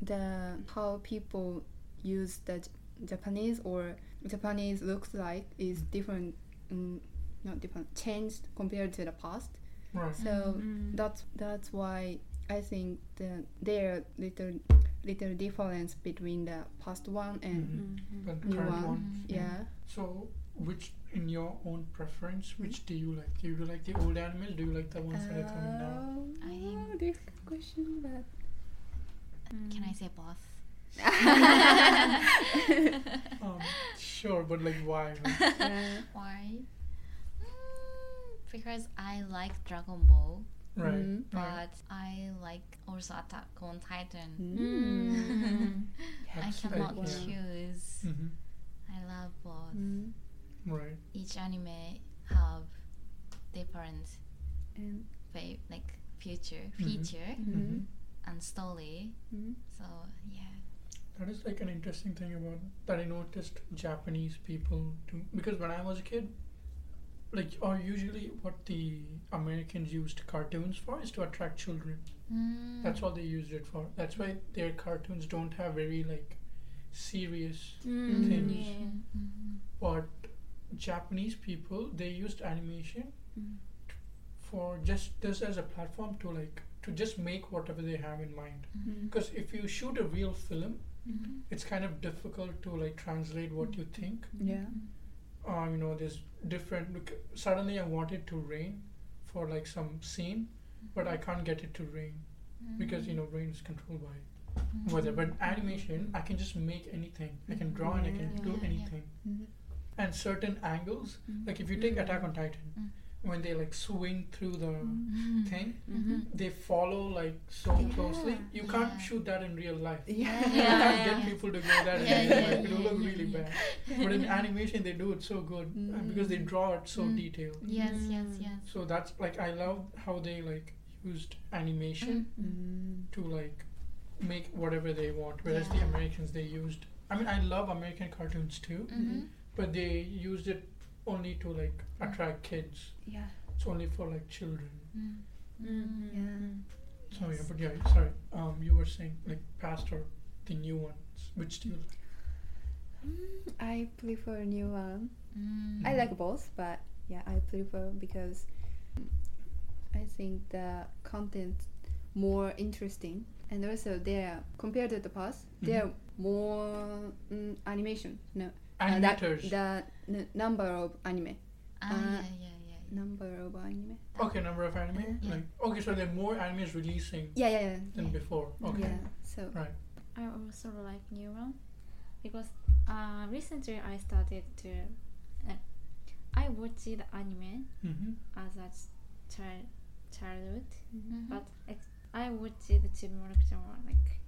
S3: the how people use the J- Japanese or Japanese looks like is
S1: Mm.
S3: different, mm, not different, changed compared to the past.
S1: Right.
S3: So
S1: Mm-hmm.
S4: Mm.
S3: that's that's why I think that there are little little difference between the past one and
S1: Mhm. But
S3: You
S1: current
S3: are-
S1: one.
S3: yeah.
S1: So, which in your own preference, which do you like? Do you like the old animals? Do you like the ones that are coming now?
S2: I think-
S3: oh, difficult question, but
S2: Can I say both? Uh.
S1: Um, sure, but like why?
S3: yeah.
S2: Why? Mm, because I like Dragon Ball,
S1: Right.
S3: Mhm.
S1: Right.
S2: but I like also Attack on Titan.
S3: Mm.
S4: Mm.
S2: I
S1: That's-
S2: cannot
S3: yeah.
S2: choose.
S1: Mhm.
S2: I love both.
S3: Mm.
S1: Right.
S2: Each anime have different
S3: And
S2: fa- like future,
S1: Mhm.
S2: feature,
S1: Mhm.
S2: and story.
S3: Mhm.
S2: So yeah.
S1: That is like an interesting thing about that I noticed Japanese people do because when I was a kid, like or usually what the Americans used cartoons for is to attract children.
S2: Mm.
S1: That's all they used it for. That's why their cartoons don't have very like serious
S4: Mm.
S1: Things.
S4: Yeah.
S2: Mhm.
S1: but Japanese people they used animation
S3: Mm-hmm.
S4: Mm.
S1: for just this as a platform to like to just make whatever they have in mind.
S2: Mhm.
S1: Because if you shoot a real film,
S2: Mhm.
S1: it's kind of difficult to like translate what you think.
S3: Yeah.
S1: Uh, you know, there's different. bec- Suddenly, I want it to rain for like some scene, but I can't get it to rain because you know rain is controlled by
S2: Mhm.
S1: weather. But animation, I can just make anything. I can draw and I can
S3: Yeah.
S1: do
S2: Yeah, Mm-hmm. yeah.
S1: anything.
S3: Mhm.
S1: And certain angles, like if you take Attack on Titan,
S2: Mm.
S1: when they like swing through the
S2: Mhm.
S1: thing,
S3: Mm-hmm.
S2: Mhm.
S1: they follow like so
S3: Yeah.
S1: closely. You can't
S2: Yeah.
S1: shoot that in real life.
S3: Yeah.
S1: you
S2: Yeah,
S1: can't
S2: yeah.
S1: get people to do that in
S2: Yeah,
S1: real
S2: yeah,
S1: life. It'll
S2: yeah,
S1: look
S2: yeah,
S1: really
S2: yeah.
S1: bad. But in animation, they do it so good uh, because they
S3: Mm.
S1: draw it so
S2: Mm.
S1: detailed.
S2: Yes, yes,
S3: Mm.
S2: yes.
S1: So that's like I love how they like used animation
S3: Mm.
S1: to like make whatever they want. Whereas the
S2: Yeah.
S1: Americans, they used. I mean, I love American cartoons too,
S2: Mhm.
S1: but they used it only to like attract kids.
S3: Yeah.
S1: It's only for like children.
S2: Mhm.
S4: Mm.
S3: Yeah.
S1: So yeah,
S2: Yes.
S1: but yeah, sorry. Um, you were saying like past or the new ones? Which do you like?
S3: Mm, I prefer new one.
S2: Mm.
S1: Mm-hmm.
S3: I like both, but yeah, I prefer because I think the content more interesting, and also they're compared to the past, they're
S1: Mm-hmm.
S3: more mm, animation. No, uh, that-
S1: Animators.
S3: the n- number of anime,
S2: Ah,
S3: Uh,
S2: yeah, yeah, yeah. yeah.
S3: number of anime.
S1: okay, number of anime.
S2: Yeah.
S1: Like okay, so there are more animes releasing
S3: Yeah, yeah, yeah.
S1: than
S2: Yeah.
S1: before. Okay.
S3: Yeah. So
S1: Right.
S4: I also like new one because uh, recently I started to uh, I watched the anime
S1: Mm-hmm.
S4: as a ch- child childhood,
S2: Mhm.
S4: but it, I watched the Chimurakuchima like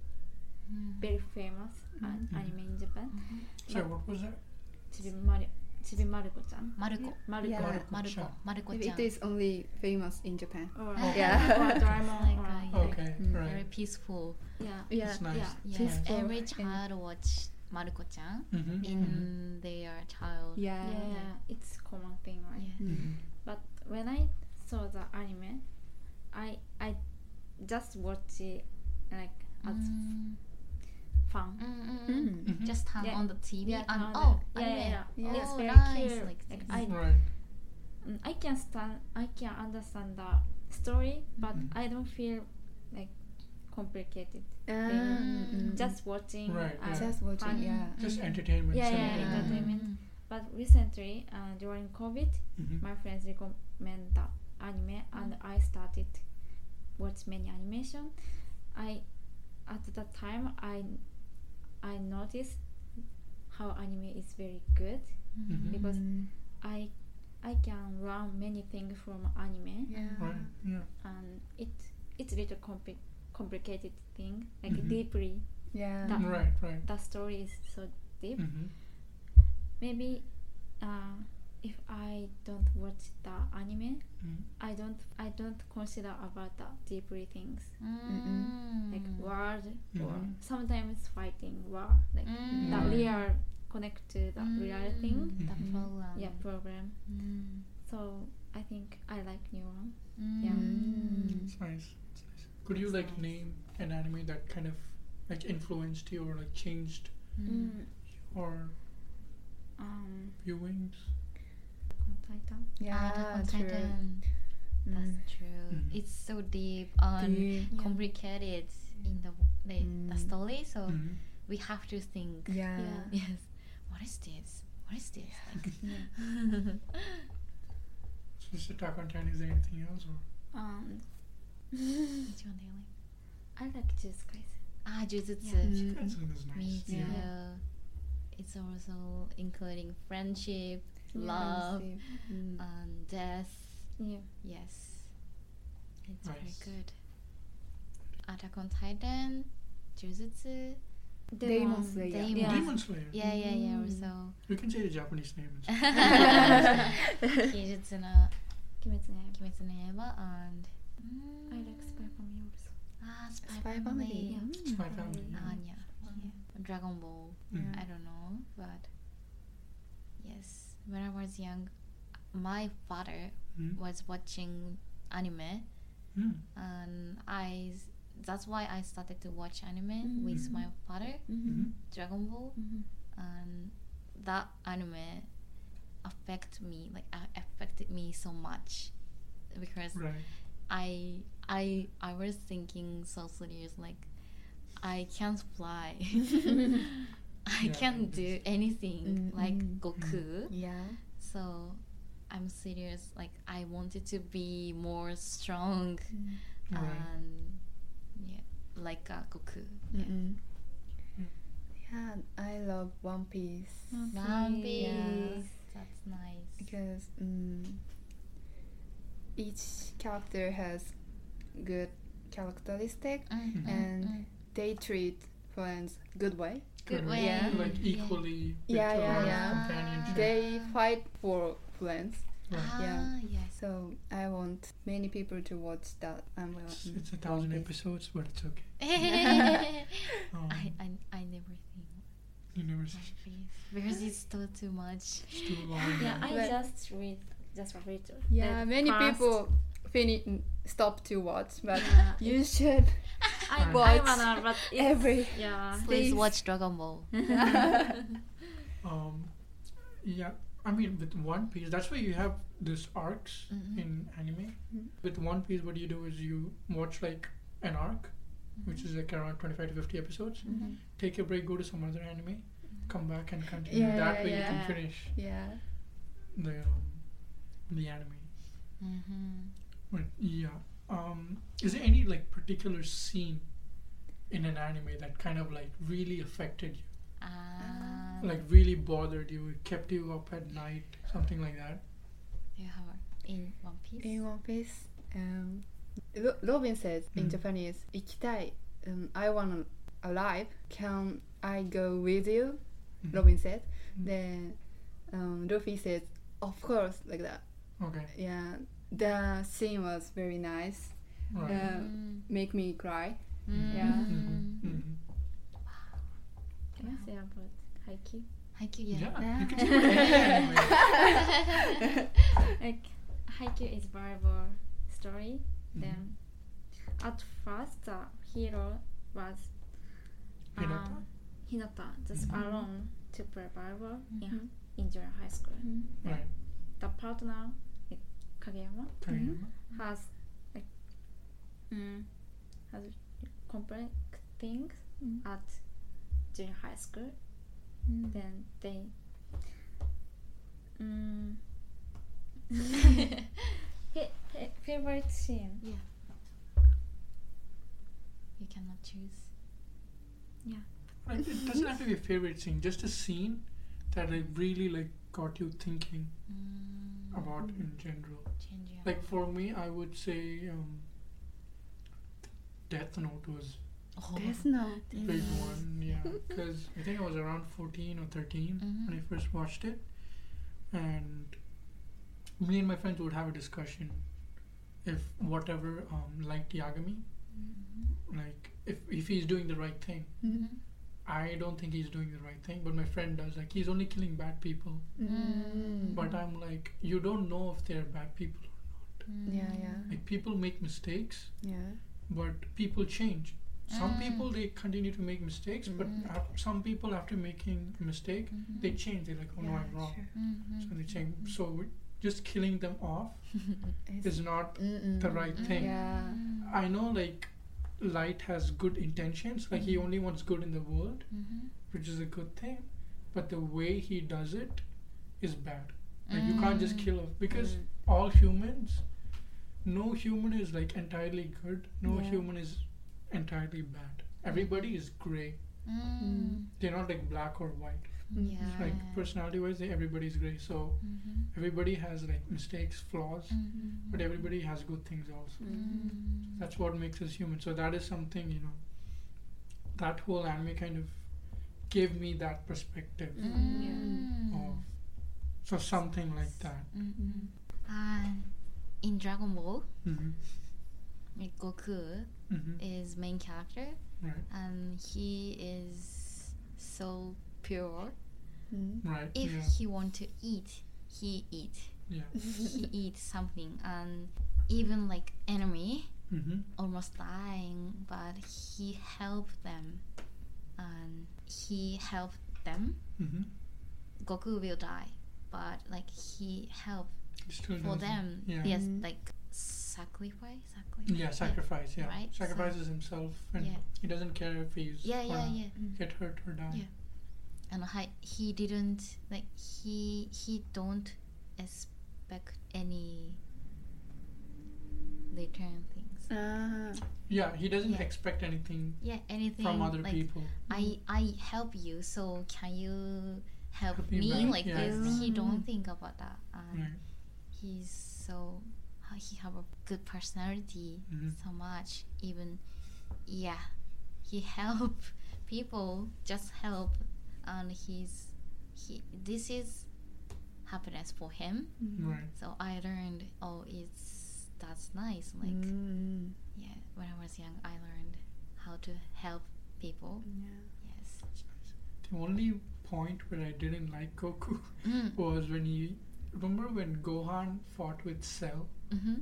S2: Mm.
S4: very famous uh,
S3: Mhm.
S4: anime in Japan.
S2: Mhm.
S1: So
S4: But
S1: what was that?
S4: Chibimaru Chibimaruko-chan.
S2: Maruko.
S4: Maruko.
S3: Yeah.
S2: Maruko.
S3: if it
S2: Maruko-chan.
S3: is only famous in Japan.
S4: Or,
S2: Ah,
S3: Yeah.
S4: or Doraemon.
S2: like, uh,
S4: or,
S2: yeah.
S4: like,
S1: Okay.
S3: Mm.
S2: Very
S1: Right.
S2: peaceful.
S4: Yeah.
S3: Yeah.
S1: It's nice.
S4: yeah.
S2: Yes,
S1: Peaceful
S2: every
S3: and-
S2: child watch Maruko-chan
S1: Mm-hmm.
S2: in their child.
S3: Yeah.
S4: Yeah, yeah, it's common thing, right?
S2: Yeah.
S3: Mm.
S1: Mm-hmm.
S4: But when I saw the anime, I I just watched it like as
S2: Mm.
S4: fun.
S2: Mm, mm, mm.
S3: Mm.
S1: Mhm.
S2: Just turn
S4: Yeah.
S2: on the TV
S4: Yeah,
S2: and
S4: turn
S2: oh,
S4: on the- yeah,
S2: anime.
S4: yeah,
S3: yeah. Yeah.
S2: Oh,
S4: It's very
S2: nice.
S4: cute.
S2: Like,
S4: Like,
S2: this.
S4: I-
S1: Mm-hmm. Right.
S4: Mm, I can stand, I can understand the story, but
S1: Mhm.
S4: I don't feel like complicated.
S3: Ah,
S2: Mm.
S3: mm, mm.
S4: Just watching. uh,
S1: Right,
S4: and
S1: right.
S3: just watching.
S4: fun.
S3: Yeah.
S1: Just entertainment.
S4: Mm-hmm. Yeah,
S1: simple
S4: yeah,
S3: yeah.
S1: entertainment.
S4: entertainment. But recently, uh, during COVID,
S1: Mhm.
S4: my friends recommend the anime and I started watch many animation. I at that time I I noticed how anime is very good.
S2: Mm-hmm.
S1: Mhm.
S4: because-
S3: Mm.
S4: I I can learn many things from anime
S3: Yeah.
S1: Right. Yeah.
S4: and it it's little compli complicated thing like
S1: Mhm.
S4: deeply
S3: Yeah.
S4: That-
S1: Mm-hmm. Right. Right.
S4: the story is so deep
S1: Mm-hmm.
S4: maybe uh, if I don't watch the anime
S1: Mm-hmm.
S4: I don't I don't consider about the deeply things
S2: Mm.
S4: like world or
S1: Mhm.
S4: sometimes fighting war like
S2: Mm.
S4: the
S1: Right.
S4: real connect to the real thing Mm-hmm.
S2: Mm, The
S1: Mhm.
S2: program.
S4: yeah program
S2: Mm.
S4: so I think I like new one
S2: Mm.
S4: Yeah.
S2: Mm-hmm.
S3: Mm.
S1: It's nice. It's nice. Could you like
S4: Nice.
S1: name an anime that kind of like influenced you or like changed
S4: Mm-hmm.
S2: Mm.
S1: your
S4: um
S1: viewings?
S4: Titan
S2: Ah, Attack on
S3: true.
S2: Titan. That's
S4: Mm-hmm.
S3: Mm.
S2: true.
S1: Mhm.
S2: It's so deep and
S3: Deep.
S4: Yeah.
S2: complicated in the the, the
S3: Mm.
S2: story, so
S1: Mhm.
S2: we have to think.
S3: Yeah.
S4: Yeah.
S2: Yes. What is this? What is this? Like,
S4: Yeah.
S1: So just Attack on Titan. Is there anything else? Or?
S4: um
S2: which one do you like?
S4: I like Jujutsu Kaisen
S2: Ah, Jujutsu.
S4: Yeah.
S3: Mm.
S1: That's always nice.
S2: Me too.
S1: Yeah.
S2: It's also including friendship,
S4: Yeah.
S2: love, Uh,
S3: Expensive. Mm.
S2: and death.
S4: yeah
S2: Yes. It's very
S1: Nice.
S2: good. Attack on Titan, Jujutsu.
S3: Demon
S4: Demon.
S3: Slayer.
S2: Demon.
S4: Yeah.
S1: Demon Slayer.
S2: Yeah, yeah, yeah.
S3: Mm.
S2: Also.
S1: You can say the Japanese name. It's
S2: Kijutsu no
S4: Kimetsu no Yaiba
S2: Kimetsu no Yaiba and
S4: I like Spy Family also
S2: Ah, Spy,
S3: Spy
S2: Family.
S3: Family. Mm. Mm-hmm.
S4: Yeah.
S1: it's my family.
S4: Yeah.
S2: Ah, yeah. yeah. Dragon Ball.
S1: Mm.
S2: I don't know, but yes, when I was young, my father
S1: Mm.
S2: was watching anime,
S1: Mm.
S2: and I s- that's why I started to watch anime
S3: Mm-hmm.
S2: with
S1: Mhm.
S2: my father,
S1: Mhm.
S2: Dragon Ball,
S4: mm-hmm.
S2: and that anime affect me like a- affected me so much because
S1: Right.
S2: I I I was thinking so serious like I can't fly. I
S1: Yeah,
S2: can't
S1: it
S2: do
S1: is.
S2: anything
S3: Mm,
S2: like
S3: mm,
S2: Goku.
S3: yeah.
S2: So I'm serious like I wanted to be more strong
S1: Right.
S2: and yeah, like uh, Goku.
S3: Mm-mm.
S1: Mm.
S3: Yeah, I love One Piece
S2: One Piece.
S3: Yeah.
S2: That's nice.
S3: because mm, each character has good characteristic.
S2: Mm, mm,
S3: Mm-hmm. And
S2: mm.
S3: They treat friends good way.
S2: good
S1: Correct.
S2: way.
S3: Yeah.
S4: Uh,
S1: Like
S2: Yeah.
S1: equally. with
S3: Yeah,
S1: other
S3: yeah, yeah.
S1: Companionship.
S3: They
S2: Ah.
S3: fight for friends.
S1: Right.
S2: Ah,
S3: Yeah.
S2: yes.
S3: So I want many people to watch that. And well,
S1: It's,
S3: mm,
S1: it's a thousand
S3: One Piece.
S1: episodes, but it's okay.
S2: I,
S1: Um,
S2: I I never think
S1: you never see.
S2: One Piece because it's still too much.
S1: It's too long.
S4: yeah I
S3: But-
S4: just read just a little
S3: Yeah,
S4: like,
S3: many
S4: fast.
S3: people finish stop to watch, but
S4: Yeah.
S3: you should
S4: I, I
S3: Watch
S4: wanna, but it's,
S3: every-
S4: yeah.
S2: Please
S3: Please.
S2: watch Dragon Ball.
S1: Um, yeah, I mean, with One Piece, that's why you have this arcs
S3: Mm-hmm.
S1: in anime.
S3: Mm.
S1: With One Piece, what you do is you watch like an arc, which
S3: Mm-hmm.
S1: is like around 25 to 50 episodes.
S3: Mhm.
S1: Take a break, go to some other anime, come back and continue.
S3: Mm-hmm. Yeah,
S1: that
S3: yeah,
S1: way you
S3: yeah.
S1: can finish
S3: Yeah.
S1: the um, the anime.
S2: Mm-hmm.
S1: But yeah, um, is there any like particular scene in an anime that kind of like really affected you?
S2: Ah,
S1: like really bothered you, it kept you up at night, something like that.
S2: do you have a- in One Piece?
S3: In One Piece, um, Ro- Robin says in
S1: Mm.
S3: Japanese, "Ikitai." Um, I want to alive. Can I go with you?
S1: Mhm.
S3: Robin said.
S1: Mm.
S3: Then um, Luffy says, "Of course," like that.
S1: Okay,
S3: Yeah, the scene was very nice.
S1: right.
S3: Yeah.
S2: Mm.
S3: Make me cry.
S2: Mm-hmm.
S1: Mhm,
S3: Yeah.
S1: mhm,
S2: Mm.
S1: mhm.
S4: Can I say about Haikyuu?
S2: Haikyuu, yeah.
S1: Yeah,
S3: Yeah.
S1: you can see what I mean, anyway.
S4: Like, Haikyuu is Bible story. Then, at first, the hero was
S1: Hinata?
S4: um, Hinata just
S1: Mhm.
S4: alone to play Bible in,
S3: Mhm.
S4: in junior high school.
S1: Right.
S4: The partner, like, Kageyama,
S3: Mm-hmm.
S1: Kageyama?
S4: has like mm, has complex things
S3: Mm.
S4: at junior high school.
S2: Mm-hmm.
S4: Then they mm, fa- fa- favorite scene.
S2: yeah. You cannot choose.
S1: Like, it doesn't have to be a favorite scene, just a scene that like really like got you thinking
S2: Mm,
S1: about in general.
S2: change your
S1: Like for me, I would say um, Death Note was
S2: oh.
S3: That's not.
S1: Phase one, yeah, because I think I was around 14 or 13
S2: Mm-hmm.
S1: when I first watched it, and me and my friends would have a discussion if whatever um, liked Yagami, like if if he's doing the right thing.
S3: Mm-hmm.
S2: Mhm.
S1: I don't think he's doing the right thing, but my friend does. Like he's only killing bad people,
S3: Mm.
S1: but I'm like, you don't know if they're bad people.
S3: Yeah, yeah.
S1: Like people make mistakes,
S3: Yeah.
S1: but people change. Some
S2: Mm.
S1: people they continue to make mistakes, but
S2: Mm.
S1: af- some people after making a mistake,
S2: Mhm.
S1: they change. They're like, oh no,
S3: Yeah,
S1: I'm wrong.
S3: sure.
S2: Mhm.
S1: So they change. So we- just killing them off
S2: Mm-hmm.
S3: It's-
S1: is not.
S3: Mm-mm.
S1: the right thing.
S3: Yeah.
S2: Mm-hmm.
S1: I know like light has good intentions. Like he only wants good in the world,
S2: Mhm.
S1: which is a good thing. But the way he does it is bad. Like you can't just
S2: Mm.
S1: kill off because all humans, no human is like entirely good. No
S3: Yeah.
S1: human is entirely bad. Everybody is gray.
S2: Mm.
S3: Mm-hmm.
S1: They're not like black or white.
S3: Mm.
S2: Yeah.
S1: Like personality wise, everybody's gray. So
S2: Mhm.
S1: everybody has like mistakes, flaws.
S2: Mhm.
S1: but everybody has good things also.
S2: Mm.
S1: That's what makes us human. So that is something you know. That whole anime kind of gave me that perspective
S2: Mm.
S1: of so something like that.
S2: Mm-mm. And in Dragon Ball,
S1: Mm-hmm.
S2: like Goku
S1: Mm-hmm.
S2: is main character,
S1: Right,
S2: and he is so pure.
S3: Mm.
S1: right,
S2: If
S1: yeah,
S2: he want to eat, he eat.
S1: yeah.
S2: He eat something, and even like enemy,
S1: Mm-hmm.
S2: almost dying, but he helped them, and he helped them.
S1: Mm-hmm.
S2: Goku will die, but like he helped
S1: Still
S2: for
S1: doesn't-
S2: them.
S1: Yeah.
S2: Yes,
S3: Mhm.
S2: like sacrifice, sacrifice.
S1: Yeah, sacrifice. Yeah,
S2: Right, so-
S1: sacrifices himself, and
S2: Yeah.
S1: he doesn't care if he's
S2: Yeah, yeah,
S1: gonna
S2: yeah.
S1: get hurt or die.
S2: Yeah. And I, he didn't like he he don't expect any return things.
S3: Ah.
S1: Yeah, he doesn't
S2: Yeah.
S1: expect anything
S2: Yeah, anything
S1: from other
S2: like,
S1: people.
S2: I I help you, so can you help
S1: Help me
S2: me
S1: back,
S2: like
S1: yeah,
S2: this?
S1: yeah.
S2: He don't think about that, and
S1: Right.
S2: he's so uh, he have a good personality
S1: Mhm.
S2: so much. Even yeah, he help people, just help, and he's he. This is happiness for him.
S3: Mm.
S1: Right.
S2: So I learned. Oh, it's that's nice. Like
S1: Mm-hmm.
S3: Mm.
S2: yeah, when I was young, I learned how to help people.
S3: Yeah.
S2: Yes.
S1: The only point where I didn't like Goku
S2: Mm.
S1: was when he remember when Gohan fought with Cell
S2: Mm-hmm.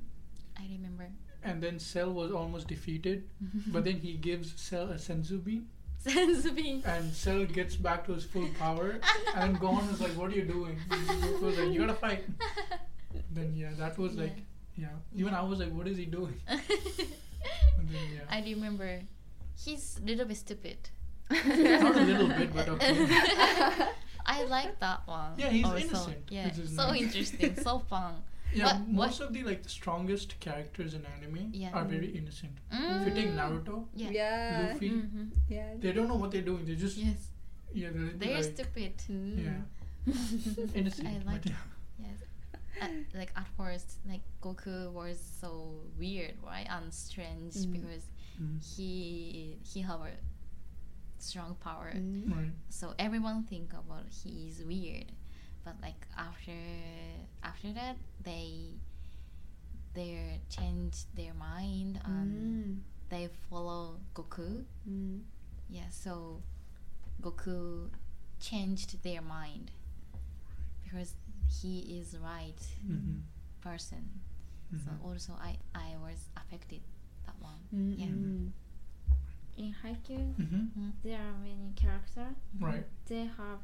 S2: I remember.
S1: and then Cell was almost defeated,
S2: Mm-hmm.
S1: but then he gives Cell a senzu bean,
S2: Senzu bean.
S1: and Cell gets back to his full power, and Gon is like, "What are you doing?" Goku was like, "You gotta fight." Then yeah, that was
S2: Yeah.
S1: like, yeah. Even I was like, "What is he doing?" And then yeah,
S2: I remember. He's a little bit stupid.
S1: not a little bit, but okay.
S2: I like that one.
S1: Yeah, he's
S2: also.
S1: innocent,
S2: Yeah,
S1: which is
S2: so
S1: nice.
S2: interesting, so fun.
S1: Yeah,
S2: But what-
S1: most of the like the strongest characters in anime
S2: Yeah.
S1: are very innocent.
S2: Mm.
S1: If you take Naruto,
S2: Yeah.
S3: yeah.
S1: Luffy,
S4: Mhm.
S3: Yeah.
S1: they don't know what they're doing. They just
S2: Yes,
S1: yeah, they're,
S2: they're
S1: like,
S2: stupid.
S3: Mm.
S1: yeah, innocent.
S2: I like
S1: but, yeah.
S2: Yes. Uh, like at first, like Goku was so weird, right, and strange
S3: Mm.
S2: because
S1: Mm.
S2: he he have a strong power.
S3: Mm.
S1: Right.
S2: So everyone think about he is weird, but like after after that they they change their mind and
S3: Mm.
S2: they follow Goku.
S3: Mm.
S2: Yeah, so Goku changed their mind because he is right
S1: Mm-hmm.
S2: person. So also I I was affected that one.
S3: Mm.
S2: Yeah.
S3: Mm.
S4: In Haikyuu,
S1: Mm-hmm.
S4: there are many characters.
S2: Mm-hmm.
S1: Right.
S4: They have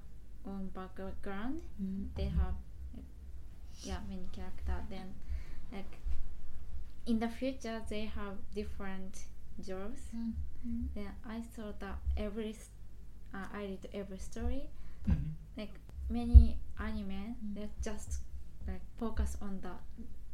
S4: own background.
S2: Mm-hmm.
S3: Mm.
S4: They have, like, yeah, many characters. Then, like, in the future, they have different jobs.
S2: Mm.
S3: Mm.
S4: Then I saw that every, s- uh, I read every story.
S1: Mm-hmm.
S4: like many anime
S2: Mm.
S4: that just like focus on the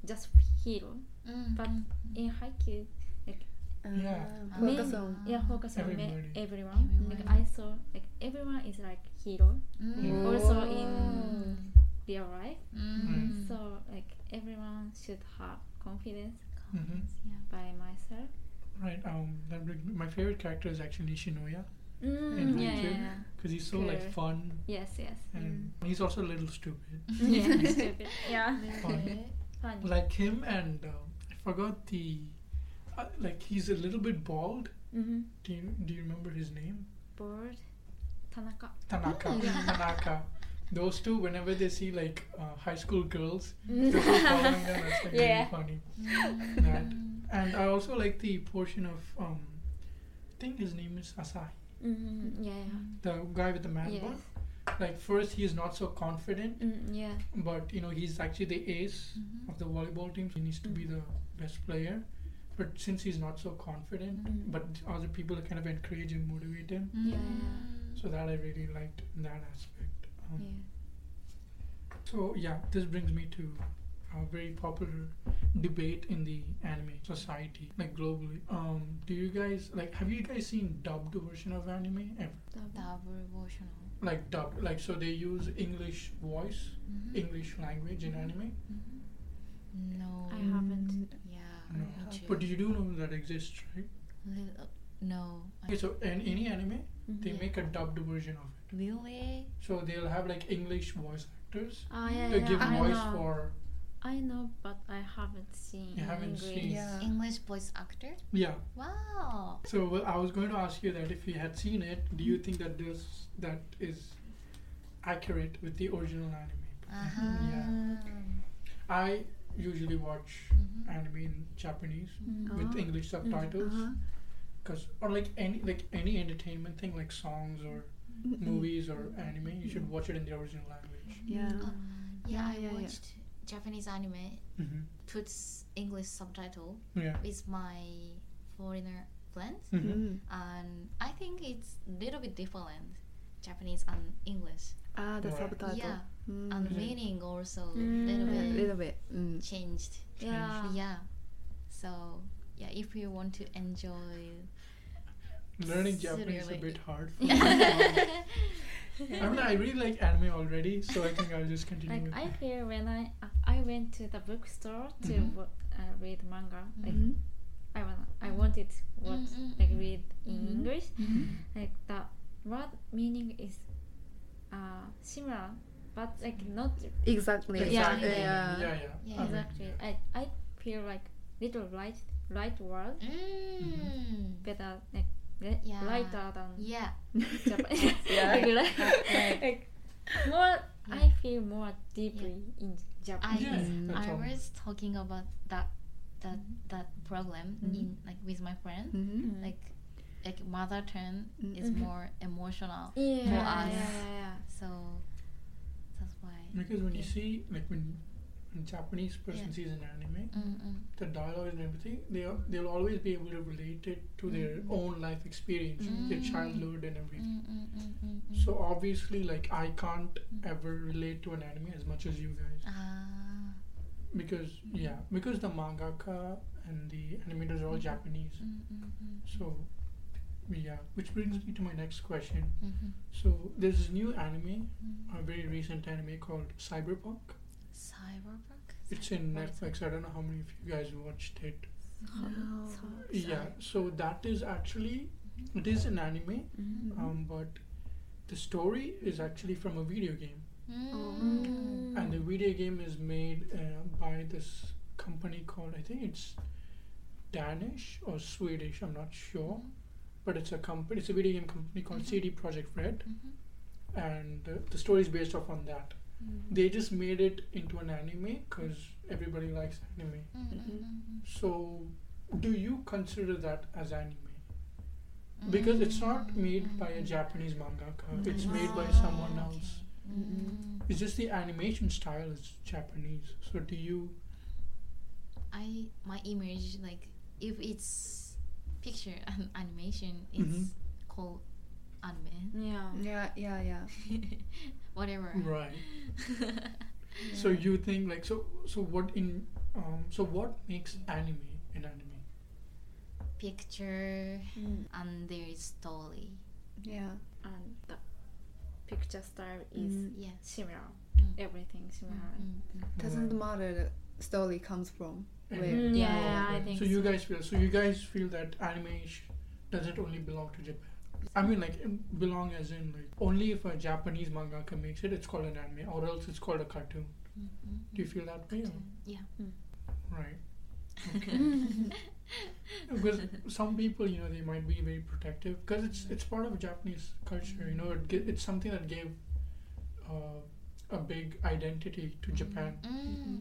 S4: just hero
S2: Mm.
S4: But
S2: mm,
S4: in Haikyuu like
S1: Yeah.
S3: Ah, focus
S4: Maybe.
S3: on.
S4: yeah focus on me-
S1: Everybody.
S4: everyone like
S2: Everyone.
S4: I saw like everyone is like hero
S2: mm.
S1: Yeah.
S4: also in- real life
S2: Mm.
S4: so like everyone should have confidence
S2: Confidence, yeah.
S4: by myself
S1: Right. Um. That brings me- my favorite character is actually Shinoya
S4: mm, yeah,
S1: Haikyuu?
S4: yeah, yeah.
S1: because he's so like
S4: Correct.
S1: fun
S4: yes yes
S2: Mm.
S1: and he's also a little stupid.
S4: Mm-hmm. yeah, stupid. yeah.
S1: Fun.
S4: funny
S1: Like him and um, I forgot the uh, like he's a little bit bald.
S4: mm-hmm.
S1: Do you do you remember his name?
S4: bored Tanaka
S1: Tanaka.
S2: Mm.
S1: Tanaka. Those two, whenever they see like uh, high school girls, they're just
S4: Mm-hmm.
S1: following them. That's like
S4: Yeah.
S1: really funny.
S2: Mm.
S1: That. And I also like the portion of um, I think his name is Asahi,
S4: mm-hmm. yeah yeah
S1: the guy with the man
S4: yes
S1: bun. Like first, he is not so confident,
S4: mm, yeah
S1: but you know he's actually the ace
S2: Mhm.
S1: of the volleyball team. He needs to be the best player, but since he's not so confident,
S4: Mm.
S1: but other people kind of encourage and motivate him.
S2: Mm.
S4: Yeah.
S1: So that I really liked that aspect. Um,
S4: yeah
S1: So yeah, this brings me to a very popular debate in the anime society, like globally. Um, do you guys like have you guys seen dubbed version of anime ever?
S2: Double emotional.
S1: Like dubbed, like so they use English voice,
S2: Mhm.
S1: English language in anime.
S2: Mhm. No.
S4: I haven't.
S2: Yeah.
S1: No.
S2: me too.
S1: But you do know that exists, right?
S2: Li- uh, No. I-
S1: Okay, so in any anime,
S4: Mm-hmm.
S1: they
S2: Yeah.
S1: make a dubbed version of it.
S2: Really?
S1: So they'll have like English voice actors.
S4: Ah, yeah,
S1: They
S4: yeah,
S1: give
S4: I
S1: voice
S4: know.
S1: for
S4: I know, but I haven't seen.
S1: You haven't
S4: English.
S1: seen.
S3: Yeah.
S2: English voice actor?
S1: yeah.
S2: Wow.
S1: So well, I was going to ask you that if you had seen it, do you think that this that is accurate with the original anime?
S2: Uh-huh.
S1: I usually watch
S2: Mhm.
S1: anime in Japanese
S4: Mm.
S2: Mm-hmm. Oh,
S1: with
S3: Ah.
S1: English subtitles,
S3: Uh-huh.
S1: cause or like any like any entertainment thing like songs or
S3: Mm, mm.
S1: movies or anime, you should watch it in the original language.
S3: Yeah.
S2: Oh, Yeah,
S3: Yeah,
S2: I
S3: yeah, yeah.
S2: watched Japanese anime
S1: Mm-hmm.
S2: puts English subtitle
S1: Yeah.
S2: with my foreigner friends,
S1: Mm-hmm.
S3: Mm.
S2: and I think it's a little bit different, Japanese and English.
S3: Ah, the
S1: Right.
S3: subtitle.
S2: Yeah,
S3: Mm.
S2: and
S1: Mhm.
S2: meaning also
S4: Mm. Ah.
S2: little
S3: A
S2: bit
S3: little bit. Mm.
S2: changed.
S4: Yeah.
S2: Yeah. So yeah, if you want to enjoy, Mm.
S1: Learning Japanese is a
S2: Seriously.
S1: bit hard. For me. I mean, I really like anime already, so I think I'll just continue.
S4: Like
S1: with
S4: I
S1: it.
S4: feel when I I went to the bookstore to
S1: Mhm.
S4: wa- uh, read manga, like
S1: Mm-hmm.
S3: Mm.
S4: I want I wanted what
S2: Mm, mm,
S4: like
S2: mm.
S4: read in
S3: Mhm.
S4: English,
S1: Mhm.
S4: like the what meaning is uh similar, but like
S2: Mm-hmm.
S4: not
S3: Exactly.
S1: Exactly.
S3: Yeah.
S1: Yeah.
S2: Yeah.
S1: I mean,
S4: exactly. I I feel like little right right word
S2: Mm.
S3: Mm-hmm.
S4: better like li-
S2: Yeah.
S4: lighter than
S2: Yeah.
S4: Japanese.
S3: Yeah.
S4: Like, like, like, more, I feel more deeply in
S2: I
S4: Japanese.
S1: Yeah,
S3: Mm.
S1: that's
S2: I
S1: all.
S2: was talking about that that
S3: Mm-hmm.
S2: that problem
S3: Mhm.
S2: in like with my friend.
S3: Mm-hmm.
S4: Mm.
S2: Like like mother tongue is
S4: Mhm.
S2: more emotional.
S4: yeah,
S2: For
S3: yeah,
S2: us.
S3: yeah,
S2: So that's why.
S1: Because when you
S4: Yeah.
S1: see, like when, when Japanese person
S2: Yeah.
S1: sees an anime,
S2: Mm-mm.
S1: the dialogue and everything, they are- they'll always be able to relate it to their
S4: Mhm.
S1: own life experience, their
S2: Mm.
S1: childhood and everything.
S2: Mm-mm-mm-mm-mm.
S1: So obviously, like I can't
S2: Mm.
S1: ever relate to an anime as much as you guys,
S2: Ah.
S1: because yeah, because the mangaka and the animators
S2: Mm-hmm.
S1: are all Japanese.
S2: Mm-mm-mm.
S1: So yeah, which brings me to my next question.
S2: Mhm.
S1: So there's this new anime,
S2: Mm.
S1: a very recent anime called Cyberpunk.
S2: Cyberpunk.
S1: It's in
S2: What is
S1: Netflix. I don't know how many of you guys watched it.
S3: No.
S1: Yeah, so that is actually it is an anime,
S4: Mhm.
S2: Mm-hmm.
S1: um, but the story is actually from a video game,
S2: Mm.
S1: and the video game is made uh, by this company called I think it's Danish or Swedish. I'm not sure, but it's a company. It's a video game company called
S2: Mhm.
S1: CD Projekt Red,
S2: Mhm.
S1: and uh, the story is based off on that. They just made it into an anime because everybody likes anime.
S2: Mm-mm-mm-mm.
S1: So, do you consider that as anime?
S4: Mm.
S1: Because it's not made by a Japanese
S4: Mm.
S1: mangaka, it's made by someone
S2: Mm-hmm. Ah,
S1: else.
S2: okay.
S3: Mm-mm.
S2: Mm.
S1: It's just the animation style is Japanese. So, do you.
S2: I my image like if it's picture and animation, it's
S1: Mhm.
S2: called anime.
S4: yeah.
S3: Yeah, yeah, yeah.
S2: Whatever.
S1: Right.
S4: Mm.
S1: So, you think, like, so, so what in. Um, so, what makes anime an anime?
S2: picture
S4: Mm.
S2: and Um, there is story.
S3: Yeah.
S4: and the picture style is
S3: Mm.
S2: Yeah.
S4: similar.
S2: Mm.
S4: Everything similar.
S2: Mm, mm, mm.
S3: Doesn't
S1: Right.
S3: matter the story comes from.
S1: And-
S3: where- Mm,
S4: yeah, yeah, I think
S1: So, you guys feel. So, you guys feel that anime sh- doesn't only belong to Japan. I mean, like, it belong as in, like, only if a Japanese mangaka makes it, it's called an anime, or else it's called a cartoon.
S2: Mm, mm,
S1: Do you feel that way?
S2: mm.
S1: or-
S2: Yeah.
S1: Right. Because some people, you know, they might be very protective because it's it's part of Japanese culture. You know, it, ge- it's something that gave uh, a big identity
S2: Mm-hmm.
S1: to Japan.
S2: Mm.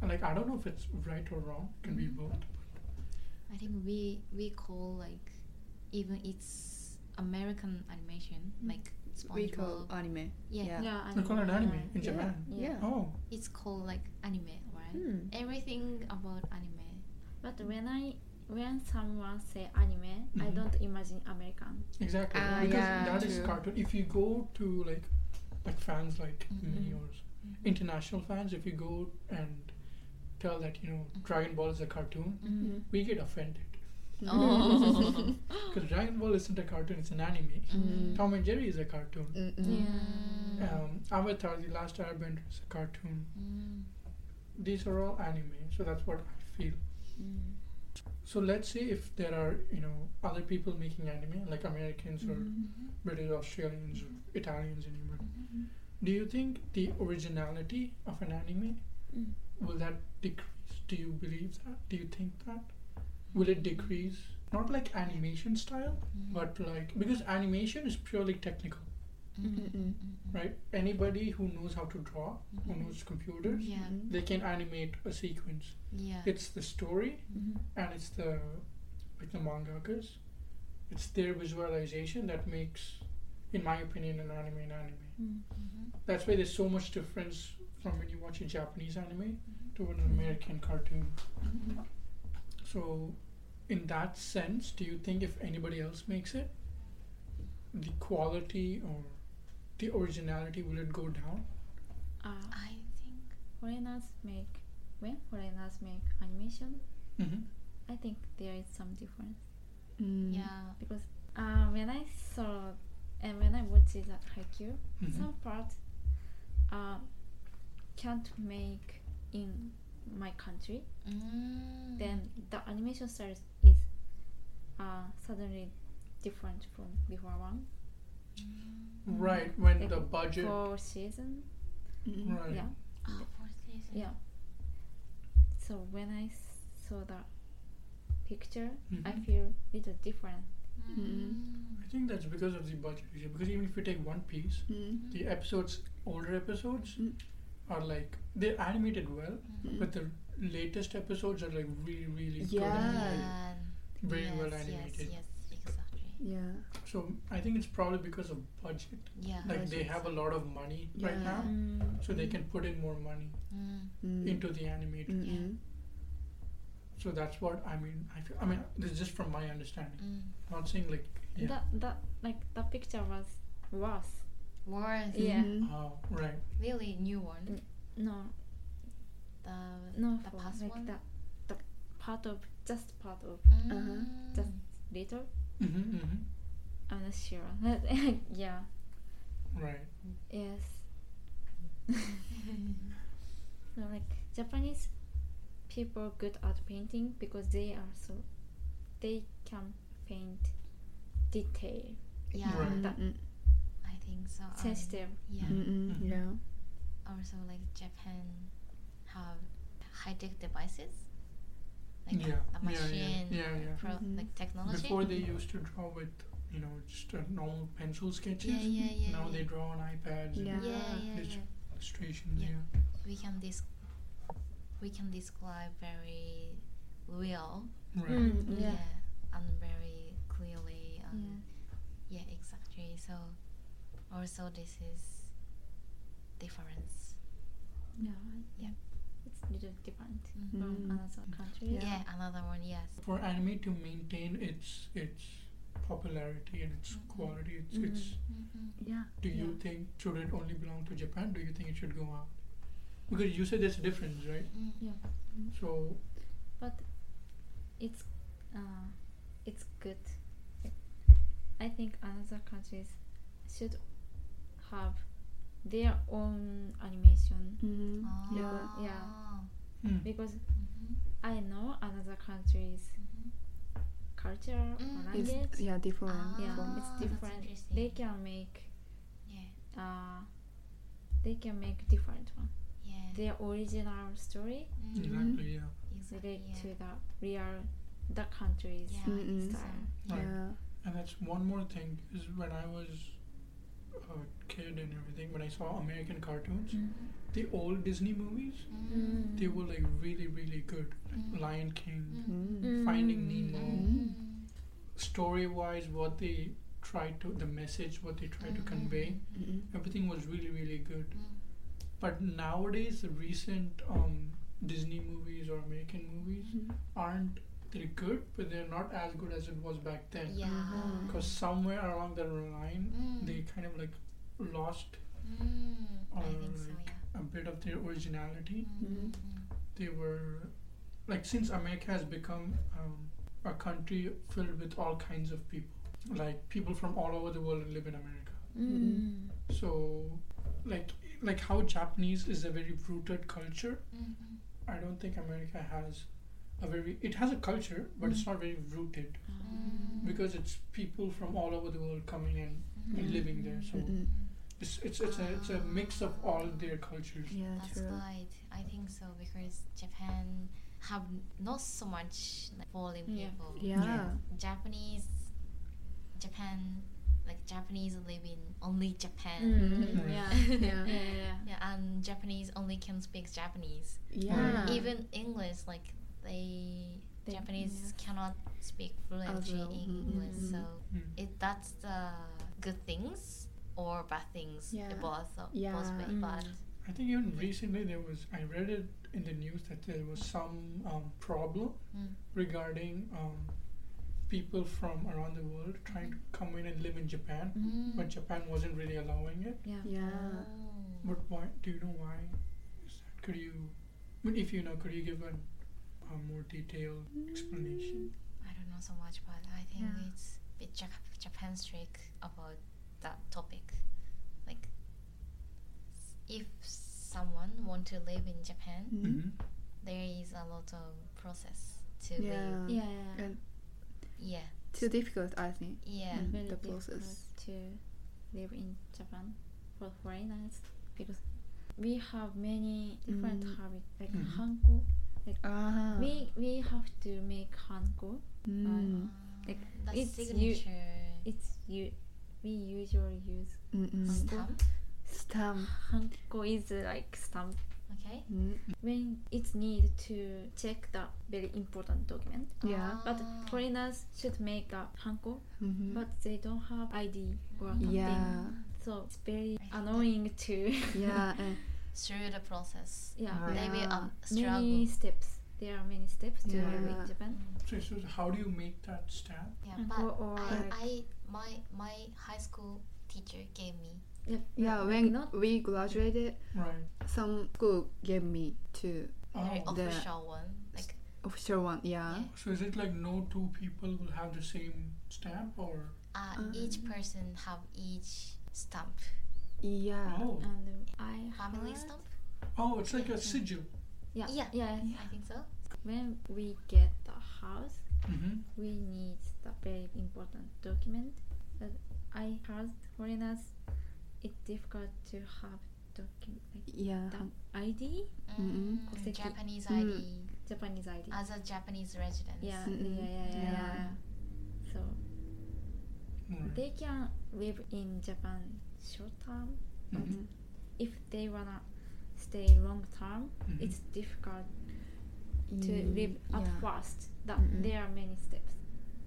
S1: So, like I don't know if it's right or wrong. It can be
S2: Mhm.
S1: both.
S2: I think we we call like even it's American animation
S4: Mm.
S2: like
S3: We call
S2: SpongeBob.
S3: anime.
S2: Yeah.
S3: Yeah.
S4: yeah,
S1: They call it anime in
S3: Yeah.
S1: Japan.
S4: Yeah.
S3: Yeah.
S1: Oh,
S2: It's called like anime, right?
S3: Hmm.
S2: Everything about anime.
S4: But when I when someone say anime, I
S1: Mhm.
S4: don't imagine American.
S1: exactly.
S3: Ah,
S1: because
S3: yeah,
S1: that is
S3: true.
S1: cartoon. If you go to like like fans like me
S4: Mhm.
S1: or
S2: Mm-hmm.
S1: s- international fans, if you go and tell that you know Dragon Ball is a cartoon,
S2: Mm.
S1: we get offended.
S2: Oh.
S1: Because Dragon Ball isn't a cartoon, it's an anime.
S2: Mm.
S1: Tom and Jerry is a cartoon.
S3: Mm-mm.
S2: Mm.
S1: Um, Avatar, The Last Airbender is a cartoon.
S2: Mm.
S1: These are all anime, so that's what I feel.
S2: Mm.
S1: So let's say if there are, you know, other people making anime, like Americans
S4: Mm-hmm.
S1: or
S2: Mhm.
S1: British, Australians or Italians, anywhere. Do you think the originality of an anime
S4: Mm.
S1: will that decrease? Do you believe that? Do you think that? Will it decrease? Not like animation style,
S2: Mm.
S1: but like because animation is purely technical.
S2: Mm.
S3: Mm-mm.
S1: right? Anybody who knows how to draw, who
S2: Mhm.
S1: knows computers,
S2: Yeah.
S1: they can animate a sequence.
S2: Yeah. Mm-hmm.
S1: It's the story and it's the like the mangakas. It's their visualization that makes, in my opinion, an anime an anime.
S4: Mm.
S2: Mhm.
S1: That's why there's so much difference from when you watch a Japanese anime to an American cartoon.
S2: Mhm.
S1: So, in that sense, do you think if anybody else makes it, the quality or the originality will it go down?
S4: Uh,
S2: I think.
S4: foreigners make when foreigners make animation,
S1: Mm-hmm.
S4: I think there is some difference
S3: Mm.
S2: Yeah.
S4: because uh, when I saw and when I watched that haiku,
S1: Mhm.
S4: some part uh, can't make in my country.
S2: Mm-hmm. Mm.
S4: then the animation style is- is uh, suddenly different from before one
S2: Mm.
S1: Right, when
S4: Like
S1: the budget.
S4: for season
S3: Mm-mm.
S1: Right.
S4: yeah
S2: Ah, fourth season.
S4: yeah so when i saw the picture i
S1: Mhm.
S4: feel little different
S2: Mm-hmm.
S1: I think that's because of the budget issue. Because even if you take One Piece,
S3: Mm.
S1: the episodes, older episodes,
S3: Mm.
S1: are like they're animated well,
S2: Mm-hmm. Hmm.
S1: but the latest episodes are like really really good
S3: Yeah.
S1: animated,
S2: Yeah.
S1: very
S2: yes,
S1: well
S2: Yes,
S1: animated.
S2: yes, exactly.
S3: Yeah.
S1: So I think it's probably because of budget.
S2: Yeah.
S1: Like they
S3: Budget.
S1: have a lot of money right
S3: Yeah.
S1: now,
S4: Mm.
S1: so they can put in more money
S2: Mm.
S3: Mm.
S1: into the animated.
S3: Mm-mm.
S1: So that's what I mean. I, feel, I mean this is just from my understanding.
S2: Mm.
S1: not saying like yeah.
S4: That that like the picture was worse.
S2: Worse.
S4: Yeah.
S3: Mhm.
S1: Oh, right.
S2: Really new one.
S4: No,
S2: The
S4: no,
S2: the
S4: for
S2: past
S4: like
S2: one.
S4: that the part of just part of
S2: Mm.
S4: Uh-huh. just little.
S1: hmm hmm
S4: I'm not sure. yeah.
S1: Right.
S4: Yes. no, like Japanese people good at painting because they are so they can paint detail
S2: yeah.
S1: Right.
S4: that
S3: Mm-mm.
S2: I think so. Um,
S4: sensitive.
S2: Yeah.
S3: Mm-mm.
S1: Mhm.
S3: Yeah.
S2: Also, like Japan have high tech devices, like
S1: yeah.
S2: a machine,
S1: Yeah, yeah. yeah, yeah.
S2: Pro,
S3: Mhm.
S2: like technology.
S1: Before they used to draw with, you know, just uh, normal pencil sketches.
S2: yeah, yeah, yeah.
S1: now
S2: yeah.
S1: they draw on iPads
S3: Yeah.
S1: and
S2: Yeah, yeah,
S1: It's-
S2: yeah.
S1: illustrations.
S2: Yeah.
S1: Yeah.
S2: We can dis- we can describe very well.
S1: Right.
S4: Mm,
S3: Mm-hmm, Yeah.
S4: yeah.
S2: and very clearly. And
S4: Um,
S2: yeah. exactly. So, also this is difference.
S4: Yeah.
S2: Yeah.
S4: It's little different
S2: Mhm.
S4: from
S3: Mm.
S4: another country.
S2: Yeah.
S3: Yeah.
S2: another one. Yes.
S1: For anime to maintain its its popularity and its
S2: Mhm.
S1: quality, it's,
S4: Mhm.
S1: it's
S2: Mm-hmm.
S3: Yeah.
S1: do you think should it only belong to Japan? Do you think it should go out? Because you said there's a difference, right?
S2: Mm.
S1: So
S4: But it's uh, it's good. I think another countries should have their own animation
S3: Mhm. Yeah.
S2: Ah.
S4: yeah.
S1: hmm.
S4: because
S2: Mhm,
S4: I know another countries
S2: mhm.
S4: culture
S2: Mm.
S4: or
S2: It's-
S4: language.
S3: It's yeah different
S4: Yeah,
S2: Ah,
S3: from
S4: it's
S2: that's
S4: different.
S2: interesting.
S4: They can make
S2: Yeah.
S4: uh, they can make different one.
S2: Yeah.
S4: Their original story
S2: Mm,
S1: Exactly. Yeah.
S2: Exactly.
S4: relate to
S2: Yeah. Mm,
S4: the real the countries.
S2: Yeah,
S3: Mm-mm.
S2: I think so.
S4: style.
S1: Right.
S3: yeah.
S1: And that's one more thing is when I was a kid and everything, when I saw American cartoons, the old Disney movies,
S2: Mm,
S1: they were like really, really good.
S2: Mm.
S1: Like Lion King,
S2: Mm-hmm.
S3: Mm.
S1: Finding
S4: Mm.
S1: Nemo.
S2: Mm.
S1: Story wise, what they tried to, the message, what they tried to
S2: Mhm.
S1: convey,
S3: Mm-mm.
S1: everything was really, really good.
S2: Mm.
S4: Mm-hmm.
S1: But nowadays, the recent um, Disney movies or American movies aren't, they're good, but they're not as good as it was back then.
S2: Yeah.
S4: Mm-hmm.
S3: Mhm.
S1: Because somewhere along the line,
S2: Mm.
S1: they kind of like lost
S2: Mm, I
S1: or
S2: think so,
S1: like
S2: yeah.
S1: a bit of their originality.
S4: Mm-hmm.
S2: Mm,
S3: Mhm.
S2: mm,
S1: They were like since America has become um, a country filled with all kinds of people, like people from all over the world live in America.
S3: Mm.
S1: So, like like how Japanese is a very rooted culture.
S2: mm, mm.
S1: I don't think America has a very it has a culture, but it's not very rooted
S4: Mm.
S1: because it's people from all over the world coming in and
S4: Mm-hmm.
S3: Yeah.
S1: living there. So
S4: Mm,
S3: Mm-mm.
S1: it's it's it's a it's a mix of all their cultures.
S3: Yeah,
S2: That's
S3: true.
S2: right. I think so because Japan have not so much like foreign
S4: Yeah.
S2: people.
S3: Yeah.
S2: Japanese, Japan, like Japanese live in only Japan.
S4: Mm.
S1: Mm.
S4: Yeah.
S3: Yeah.
S4: Yeah. yeah.
S2: Yeah, and Japanese only can speak Japanese.
S3: Yeah.
S2: Even English, like they
S4: They-
S2: Japanese
S4: yeah.
S2: cannot speak fluently
S3: well, mm,
S2: English,
S4: mm,
S2: so
S1: Mm.
S2: it that's the good things or bad things.
S3: Yeah.
S2: It both uh, both
S3: Yeah. Mm-hmm.
S2: way,
S4: Mm.
S2: but
S1: I think even recently there was I read it in the news that there was some um, problem
S2: Mm.
S1: regarding um, people from around the world trying to come in and live in Japan,
S2: Mm.
S1: but Japan wasn't really allowing it.
S4: Yeah.
S3: Yeah.
S2: Oh.
S1: But why? Do you know why? Is that, could you, but if you know, could you give an, a more detailed explanation?
S2: I don't know so much, but I think
S3: Yeah.
S2: it's a bit Jap- Japan strict about that topic. Like, s- if someone want to live in Japan,
S1: Mm-hmm.
S2: there is a lot of process to be-
S3: Yeah.
S4: Yeah. yeah.
S3: And
S2: yeah,
S3: too difficult, I think.
S2: yeah,
S3: Mm.
S4: Very
S3: the
S4: difficult
S3: process.
S4: to live in Japan for foreigners because we have many different
S3: Mm.
S4: habits like
S1: Mhm.
S4: hanko.
S2: Uh-huh.
S3: Ah.
S4: We we have to make hanko.
S2: Mm-hmm.
S3: Mm.
S4: Like,
S2: Um, the
S4: it's you-
S2: signature
S4: It's you. We usually use
S3: Mm-mm.
S4: Mm.
S2: stamp.
S4: stamp,
S3: Stamp.
S4: Hanko is like stamp.
S2: Okay.
S3: Mm.
S4: When it's need to check the very important document.
S3: Yeah.
S4: But
S2: Ah. Mm.
S4: foreigners should make a hanko,
S3: Mhm.
S4: but they don't have ID or something.
S3: yeah.
S4: So it's very
S2: I see.
S4: annoying to
S3: Yeah. and-
S2: Through the process.
S4: yeah.
S3: Ah.
S2: They will um, struggle.
S4: Many steps. There are many steps to live
S3: Yeah.
S4: in Japan.
S1: So, so how do you make that stamp?
S2: Yeah,
S4: And
S2: but
S4: or- or
S2: I,
S4: like-
S2: I my my high school teacher gave me.
S4: Yeah,
S3: Yeah.
S4: like
S3: When
S4: not
S3: we graduated,
S1: Right.
S3: some school gave me to
S2: very
S1: Oh.
S3: the-
S2: official one. Like
S3: official one. Yeah.
S1: So is it like no two people will have the same stamp or?
S2: uh,
S3: Oh.
S2: each person have each stamp,
S3: Yeah.
S1: Oh.
S4: and I
S2: family
S4: heard-
S2: stamp.
S1: Oh, it's like a sigil.
S4: Yeah,
S2: Yeah.
S4: yeah, yeah.
S2: I think so.
S4: When we get the house,
S1: Mm-hmm.
S4: we need the very important document. But I heard foreigners, it's difficult to have document like
S3: Yeah.
S4: the ID,
S3: Mm-mm.
S2: Mm,
S4: Koseki.
S2: Japanese
S3: Mm.
S2: ID
S4: Japanese ID.
S2: as a Japanese resident.
S4: yeah,
S3: Ah, Mm-mm.
S4: yeah, yeah, yeah,
S3: Yeah.
S4: yeah. So they can live in Japan short term.
S1: Mm-hmm.
S3: Mhm.
S4: If they wanna stay long term,
S1: Mhm.
S4: it's difficult to
S3: Mm,
S4: live at
S3: yeah.
S4: first. That
S3: Mm-mm.
S4: there are many steps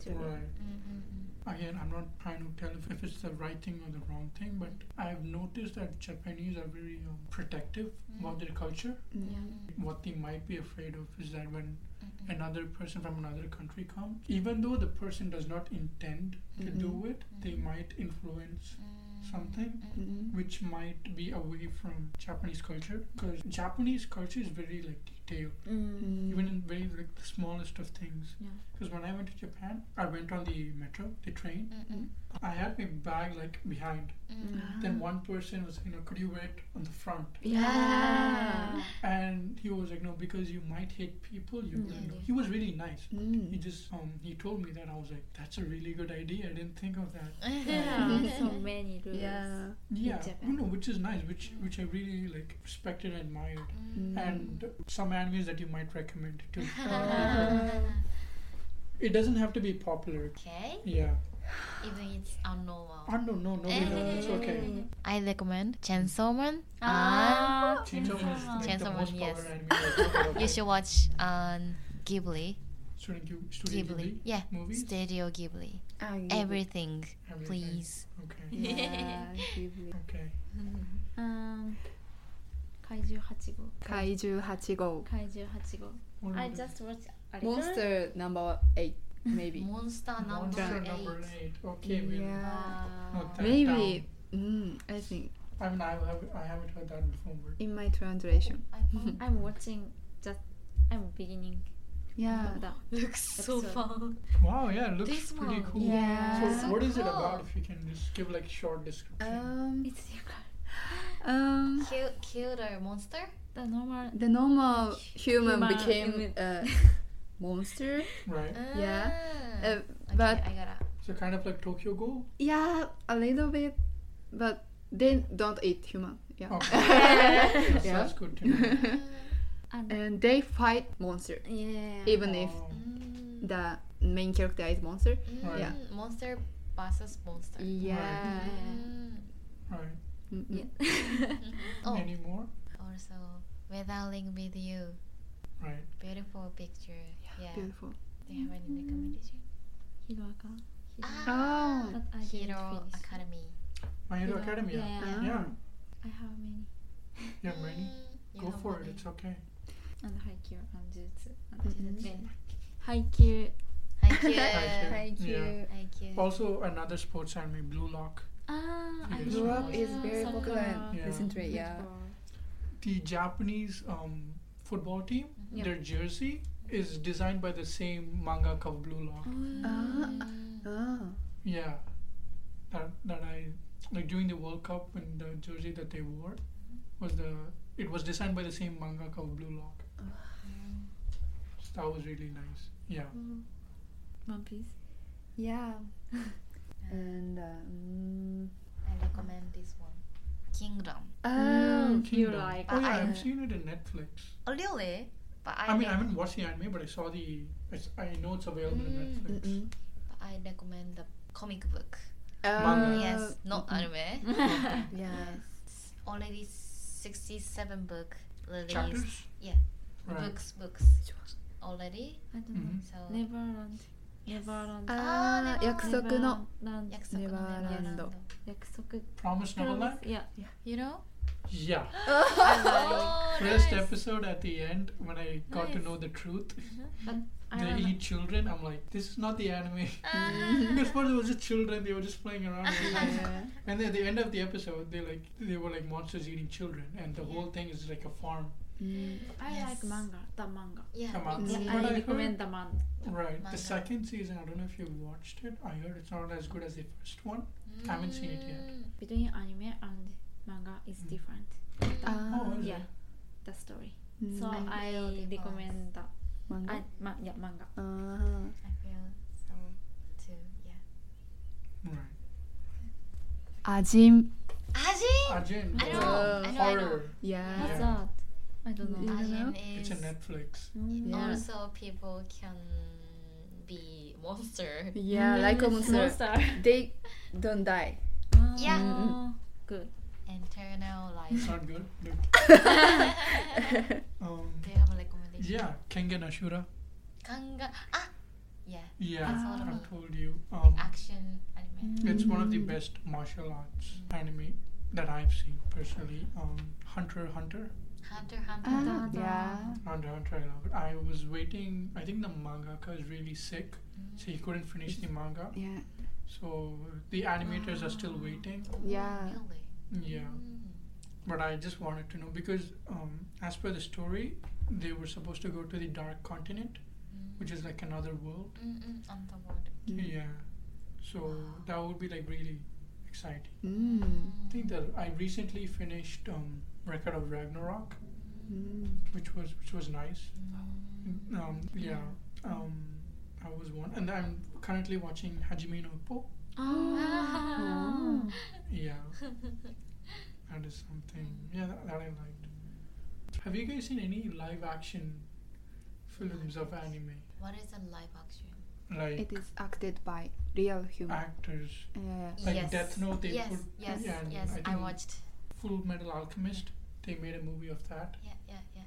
S4: to it.
S1: Right.
S2: Mm, Mm-mm-mm.
S1: Again, I'm not trying to tell if, if it's the right thing or the wrong thing, but I've noticed that Japanese are very um, protective
S2: Mm-hmm.
S1: about their culture.
S3: Mm.
S1: What they might be afraid of is that when
S2: Mm-mm.
S1: another person from another country comes, even though the person does not intend to
S3: Mhm.
S1: do it, they might influence
S2: Mm.
S1: something
S3: Mhm.
S1: which might be away from Japanese culture because Japanese culture is very like detailed,
S4: Mm.
S3: Mm.
S1: even in very like the smallest of things.
S4: Yeah.
S1: Because when I went to Japan, I went on the metro, the train.
S2: Mm-mm.
S1: I had my bag like behind.
S2: Mm.
S1: Then one person was, you know, could you wear it on the front?
S4: Yeah.
S1: And he was like, no, because you might hate people. You
S2: Mm-hmm.
S4: Mm.
S1: wouldn't know.
S4: Yeah.
S1: He was really nice.
S3: Mm.
S1: He just um he told me that I was like, that's a really good idea. I didn't think of that.
S4: Yeah. so many rules.
S3: Yeah.
S1: Yeah,
S4: Japan.
S1: you know, which is nice, which which I really like respected and admired.
S2: Mm.
S1: And some animes that you might recommend too.
S3: Uh,
S1: it doesn't have to be popular.
S2: okay.
S1: Yeah,
S2: Even it's abnormal.
S1: I don't know, no, no, it's okay.
S2: I recommend Chainsaw Man.
S4: Ah.
S1: Chainsaw Man is like the
S2: Chainsaw Man,
S1: most
S2: yes.
S1: popular anime. I've heard
S2: And
S1: about.
S2: you should watch um, Ghibli.
S1: Studio Ghib- Studio
S2: Ghibli.
S1: Ghibli
S2: Yeah.
S1: movies.
S2: Studio Ghibli.
S3: I
S2: Everything,
S1: Everything.
S2: please.
S1: Okay.
S3: Yeah, Ghibli.
S1: Okay.
S4: Um, Kaiju Hachigo.
S3: Kaiju Hachigo.
S4: Kaiju Hachigo.
S1: What
S4: I
S1: about
S4: just watched a little.
S3: Monster number eight, maybe.
S2: Monster number
S1: Monster
S2: eight.
S1: number eight. Okay, we'll
S3: Yeah.
S2: Ah. Wow.
S1: note that
S3: Maybe. Mm, I think
S1: down. I mean, I, have, I haven't heard that before. But
S3: in my translation.
S2: I found-
S4: I'm watching just. I'm beginning
S3: Yeah.
S4: of Oh, that.
S2: looks so
S4: Episode.
S2: fun.
S1: wow, yeah, it looks
S2: This
S1: pretty
S2: one. Oh.
S1: cool.
S3: Yeah.
S1: So, what is it
S2: cool.
S1: about? If you can just give like short description.
S3: Um.
S4: It's different.
S3: Um.
S2: Kill, kill the monster.
S4: The normal.
S3: The normal human,
S4: Human-
S3: became
S4: human.
S3: a monster.
S1: right.
S3: Yeah.
S2: Ah.
S3: Uh,
S2: okay,
S3: but
S2: I gotta.
S1: So kind of like Tokyo Ghoul.
S3: yeah, a little bit, but they don't eat human. Yeah.
S1: Okay. That's,
S3: Yeah.
S1: that's good to know.
S4: And
S3: And they fight monster,
S4: yeah.
S3: even if
S1: Oh,
S2: Mm,
S3: the main character is monster.
S2: mm,
S3: yeah.
S2: Monster versus monster.
S3: Yeah.
S2: Mm.
S1: right.
S3: Mm, mm.
S4: Yeah.
S2: Oh,
S1: Any more?
S2: also Withering with You.
S1: Right.
S2: Beautiful picture. Yeah.
S3: Beautiful.
S2: Do you have any recommendation?
S4: Hiroaka. Hiroaka.
S2: Ah,
S4: Mm. But I didn't
S2: Hero
S4: finish.
S2: Academy.
S1: My Hero
S4: Yeah,
S1: Academia.
S4: yeah,
S1: Yeah.
S3: yeah.
S1: Yeah,
S4: I have many.
S1: many.
S2: Mm, you
S1: Go
S2: have
S1: for it.
S2: many.
S1: It's okay.
S4: And Haikyuu and Jutsu. And
S3: Mhm.
S4: Jujutsu. Haikyuu.
S2: Haikyuu.
S1: Haikyuu. Yeah.
S2: Haikyuu.
S1: Also, another sports anime, Blue Lock.
S4: Ah,
S1: I
S3: Blue Lock is
S4: Yeah,
S3: very
S4: soccer.
S3: popular and
S1: Yeah.
S3: listen to it. Yeah.
S4: Football.
S1: The Japanese um, football team,
S4: Yeah.
S1: their jersey is designed by the same mangaka of Blue Lock.
S2: Mm,
S3: Ah. Ah.
S1: Yeah, that that I like during the World Cup when the jersey that they wore was the it was designed by the same mangaka of Blue Lock.
S2: Mm.
S1: So that was really nice. Yeah.
S4: One Piece.
S3: Yeah. and um,
S2: I recommend this one. Kingdom.
S3: oh,
S4: you
S1: Kingdom.
S4: like-
S1: Oh yeah,
S2: I-
S1: I've seen it in Netflix.
S2: Oh, really? But I,
S1: I mean, I
S2: rec-
S1: haven't watched the anime, but I saw the. It's, I know it's available
S2: Mm.
S1: on Netflix.
S3: mm-mm.
S2: I recommend the comic book.
S3: Uh,
S1: Manga.
S2: yes, not anime.
S3: Yeah.
S2: Yes. already 67 book released.
S1: Chapters?
S2: Yeah.
S1: Right.
S2: Books, books already.
S4: I don't
S1: Mhm.
S2: So
S4: know. Neverland. Neverland.
S3: Ah, 約束の
S4: Neverland.
S2: 約束のネバーランド
S3: Neverland.
S4: 約束。
S1: Promise Neverland?
S4: Yeah.
S2: You know?
S1: Yeah.
S2: Oh,
S1: First
S2: nice.
S1: episode at the end, when I got to
S4: Nice.
S1: know the truth,
S4: But I
S1: they
S4: remember.
S1: eat children. I'm like, this is not the anime.
S2: Ah.
S1: Because first it was just children, they were just playing around.
S3: Yeah.
S1: and then at the end of the episode, they like they were like monsters eating children, and the whole thing is like a farm.
S3: Mm.
S4: I
S2: Yes.
S4: like manga. The manga.
S2: Yeah.
S1: Come on.
S2: it's-
S3: Mm.
S1: But I
S4: I
S1: heard-
S4: recommend the manga.
S1: Right.
S2: Manga.
S1: The second season, I don't know if you watched it. I heard it's not as good as the first one. I haven't seen it yet.
S2: Mm.
S4: Between anime and manga is
S1: Mm.
S4: different. Uh.
S1: Oh,
S3: Ah,
S1: is it?
S4: Yeah. The story.
S3: mm.
S4: So
S2: Mm.
S4: I
S2: Really
S4: recommend that. I,
S3: manga.
S4: ma- yeah, manga.
S3: Ah.
S2: I feel so too, yeah.
S1: Right.
S3: Ajin.
S2: Ajin!
S1: Ajin.
S2: I
S1: it's
S2: know,
S1: a
S2: I know, I know.
S1: horror.
S3: Yeah.
S1: Yeah.
S4: What's that? I don't know.
S3: Yeah.
S2: Ajin
S1: It's
S2: is
S1: a Netflix.
S4: Mm.
S3: Yeah.
S2: also people can be monster.
S3: Yeah, like a monster. They don't die.
S2: Yeah.
S4: Oh, Good.
S2: Internal
S1: It's
S2: life.
S1: not good. But, um,
S2: Do you have a recommendation?
S1: yeah, Kengen Ashura.
S2: Kanga. Ah! Yeah.
S1: Yeah,
S2: That's all
S1: I
S2: about-
S1: told you. Um,
S2: Ah. Action anime.
S1: It's one of the best martial arts anime that I've seen personally. Um, Hunter x Hunter.
S2: Hunter Hunter.
S3: Ah,
S4: Da-da.
S3: yeah.
S1: Hunter x Hunter, I love it. I was waiting. I think the mangaka is really sick, so
S2: Mm.
S1: he couldn't finish the manga.
S3: Yeah.
S1: So the animators are still waiting.
S2: Oh,
S3: Yeah.
S2: Really?
S1: Yeah.
S2: Mm.
S1: But I just wanted to know because, um, as per the story, they were supposed to go to the Dark Continent, which is like another world.
S2: Mm mm. On the board.
S3: Mm.
S1: Yeah. So that would be like really exciting.
S3: Mm.
S1: I think that I recently finished um, Record of Ragnarok,
S3: Mm.
S1: which was which was nice.
S2: Mm.
S1: Um, yeah, um, I was one, and I'm currently watching Hajime no Ippo.
S4: Oh.
S1: Yeah, that is something. Yeah, that, that I liked. Have you guys seen any live action films of anime,
S2: What is a live action?
S1: like
S3: It is acted by real human.
S1: actors?
S3: Yeah.
S1: Like
S2: yes.
S1: Death Note, they
S2: yes,
S1: put
S2: yes,
S1: yeah, and
S2: yes.
S1: I
S2: I,
S1: think-
S2: watched.
S1: Full Metal Alchemist. They made a movie of that.
S2: Yeah, yeah, yeah.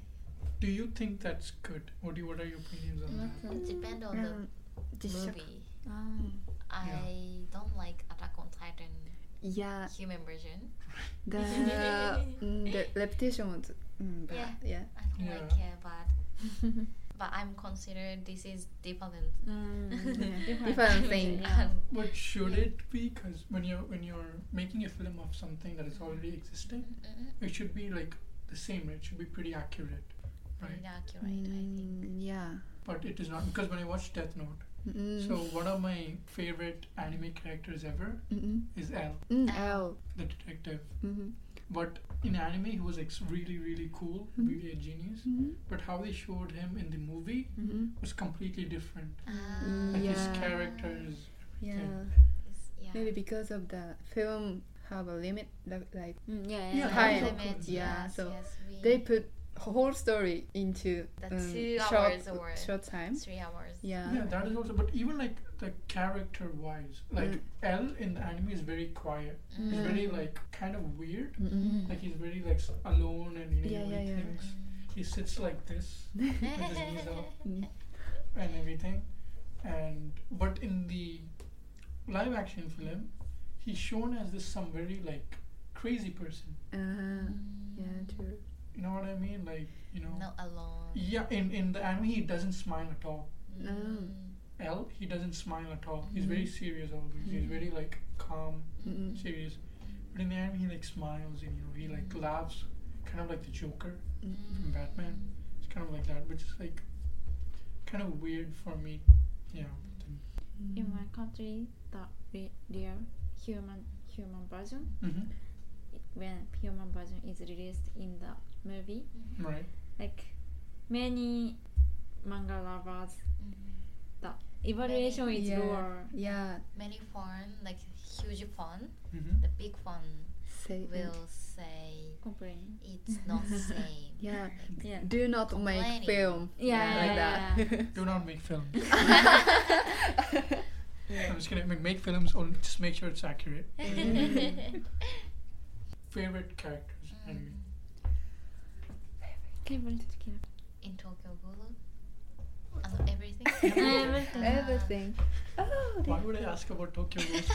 S1: Do you think that's good? What do you, what are your opinions on that?
S2: It depends on
S3: Um,
S2: the movie. I don't like Attack on Titan
S3: Yeah,
S2: human version.
S3: the mm, the reputation was mm, bad. Yeah.
S2: I don't like it, but but I'm considered this is different.
S3: yeah.
S4: Different.
S3: Different thing.
S4: Yeah.
S1: But should it be? Because when you're when you're making a film of something that is already
S2: Mm,
S1: existing,
S2: Mm-mm.
S1: it should be like the same. It should be pretty accurate,
S2: Pretty
S1: right?
S2: accurate, I think.
S3: Mm, yeah.
S1: But it is not because when I watched Death Note,
S3: Mm,
S1: so one of my favorite anime characters ever
S3: mm,
S1: is L,
S3: mm, mm, L.
S1: the detective.
S3: Mhm.
S1: But in anime, he was like really really cool,
S3: Mhm.
S1: really a genius.
S3: Mhm.
S1: But how they showed him in the movie
S3: Mhm.
S1: was completely different.
S2: Ah,
S1: Mm. Like his
S3: Yeah.
S1: characters,
S3: Yeah.
S2: it's- yeah.
S3: Maybe because of the film have a limit, like, like
S4: Mm, yeah,
S1: Yeah,
S4: yeah.
S3: time.
S2: Limit,
S3: Yeah,
S2: yes,
S3: so
S2: yes, we,
S3: they put whole story into
S2: Mm. The
S3: um,
S2: two
S3: short,
S2: hours or-
S3: short time.
S2: three hours.
S3: Yeah.
S1: Yeah, that is also. But even like the character wise, like
S3: Mm.
S1: L in the anime is very quiet.
S2: Mm.
S1: He's very like kind of weird.
S3: Mm-mm.
S1: Like he's very like s- alone and you know
S3: Yeah,
S1: he
S3: yeah, yeah.
S1: thinks. He sits like this with his knees up
S3: Mm.
S1: and everything. And but in the live action film, he's shown as this some very like crazy person.
S3: Uh, yeah, true.
S1: You know what I mean? Like you know.
S2: Not alone.
S1: Yeah, in in the anime he doesn't smile at all.
S3: No.
S2: Mm.
S1: L, he doesn't smile at all. He's very
S3: Mm-hmm.
S1: serious always. He's very like calm,
S3: Mm-mm.
S1: serious. But in the end, he like smiles and you know he like laughs, kind of like the Joker from Batman. It's kind of like that, which is like kind of weird for me. Yeah.
S4: In
S3: Mm.
S4: my country, the re- real human human version,
S1: Mm-hmm.
S4: when human version is released in the movie,
S1: Right.
S4: like many manga lovers,
S2: Mm.
S4: the evaluation is
S3: yeah.
S4: lower.
S3: Yeah.
S2: Many fun, like huge fun,
S1: Mm-hmm.
S2: the big fun
S3: Say
S2: will say
S4: Complain.
S2: it's not same.
S3: Yeah.
S2: Like,
S4: Yeah.
S3: Do not make
S2: Complaining.
S3: film.
S4: Yeah,
S3: like
S4: yeah,
S3: that.
S4: yeah.
S1: Do not make films.
S4: yeah.
S1: I'm just kidding. Make,
S2: Mm-hmm.
S1: make films only. Just make sure it's accurate. Favorite characters. anime?
S4: Favorite character.
S2: in Tokyo Ghoul. I know everything.
S4: Everything.
S3: Everything. Oh,
S1: Why would I
S3: yeah.
S1: ask about Tokyo Ghoul?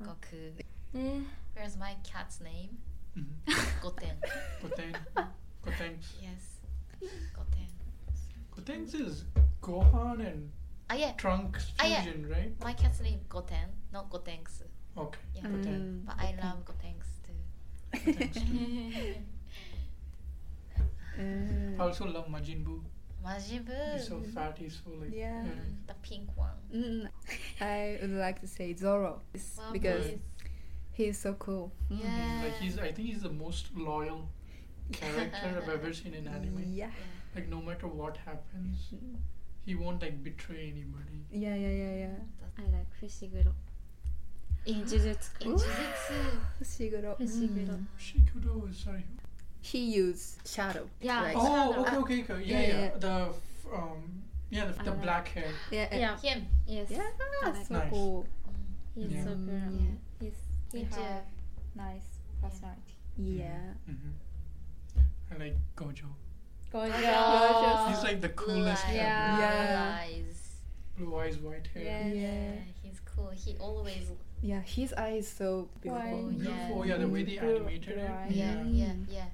S2: Goku.
S4: Eh,
S2: Where's my cat's name?
S1: Mhm.
S2: Goten.
S1: Goten. Gotenks.
S2: Yes. Goten.
S1: Gotenks is Gohan and
S2: Ah yeah.
S1: Trunks
S2: Ah, yeah.
S1: fusion, right?
S2: My cat's name Goten, not Gotenks.
S1: Okay.
S2: Yeah.
S3: Mm.
S1: Goten.
S2: But I love Gotenks too.
S1: Gotenks too. I
S3: Mm.
S1: also love Majin Buu.
S2: Majin
S1: He's so
S2: Buu.
S1: fat, he's so like.
S3: Yeah.
S2: Mm, The pink one.
S3: Mm, I would like to say Zoro It's
S2: Wow,
S3: because
S1: please.
S3: he's so cool. Mm.
S2: Yeah.
S1: Like he's, I think he's the most loyal character I've ever seen in anime.
S3: Mm. Yeah.
S1: Like no matter what happens,
S3: Mm.
S1: he won't like betray anybody.
S3: Yeah, yeah, yeah, yeah.
S4: I like Fushiguro. In Jujutsu.
S2: In Jujutsu.
S3: Fushiguro.
S4: Fushiguro.
S3: Mm.
S1: Shikudo, sorry.
S3: He used shadow.
S4: Yeah.
S3: Like,
S4: Oh.
S1: Oh,
S4: Shadow.
S1: okay, okay, okay. Yeah,
S3: Yeah,
S1: yeah.
S3: yeah.
S1: The f- um, yeah, the,
S4: I
S1: the
S4: like-
S1: black hair.
S3: Yeah.
S4: Yeah.
S2: Him.
S4: Yes.
S3: Yeah.
S4: I like
S3: so
S1: Nice.
S3: cool.
S2: Mm.
S4: He's
S1: Yeah.
S4: so good.
S3: Yeah.
S4: He's he
S2: Me too.
S4: have nice personality.
S3: Yeah.
S1: hmm I like Gojo.
S4: Gojo.
S3: Gojo.
S1: He's like the coolest.
S2: Blue eyes.
S1: character.
S4: Yeah.
S3: Yeah.
S2: Blue eyes.
S1: Blue eyes, white hair.
S4: Yeah.
S2: Yeah.
S3: Uh, Yeah.
S2: He's cool. He always.
S3: Yeah, his eye is so beautiful.
S2: Why?
S1: Beautiful.
S2: Yeah.
S1: Oh yeah, the way
S3: Mm.
S1: they
S4: Blue-
S1: animated
S4: blue
S1: it.
S4: eyes.
S2: Yeah.
S3: Mm.
S2: Yeah. Yeah.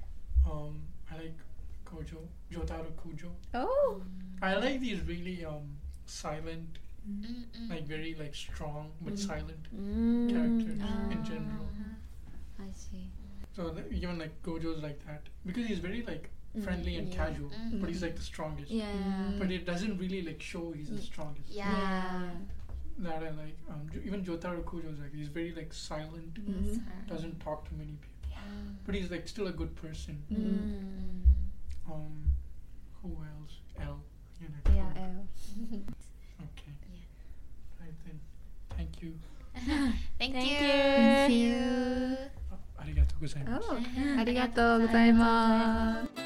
S1: Um, I like Gojo, Jotaro Kujo.
S3: Oh.
S1: I like these really um silent,
S2: Mm-mm.
S1: like very like strong but
S4: Mhm.
S1: silent
S4: Mm.
S1: characters
S4: Ah.
S1: in general.
S2: Uh-huh.
S4: I see.
S1: So th- even like Gojo's like that because he's very like friendly and
S3: yeah.
S1: casual, but he's
S3: Mhm.
S1: like the strongest.
S4: Yeah.
S3: Mm.
S1: But it doesn't really like show he's the
S3: Mm.
S1: strongest.
S2: Yeah.
S1: That I like. Um, Jo- even Jotaro Kujo's like he's very like silent,
S3: Mhm.
S1: doesn't talk to many people,
S2: Mm.
S1: but he's like still a good person.
S3: Mm.
S1: Um, who else? L. You know,
S3: Yeah.
S1: L.
S3: L.
S1: Okay.
S2: Yeah.
S1: Right then. Thank you.
S2: Thank,
S4: Thank
S2: you.
S4: you.
S2: you.
S1: Arigatou Uh, gozaimasu.
S3: Oh. ありがとうございます。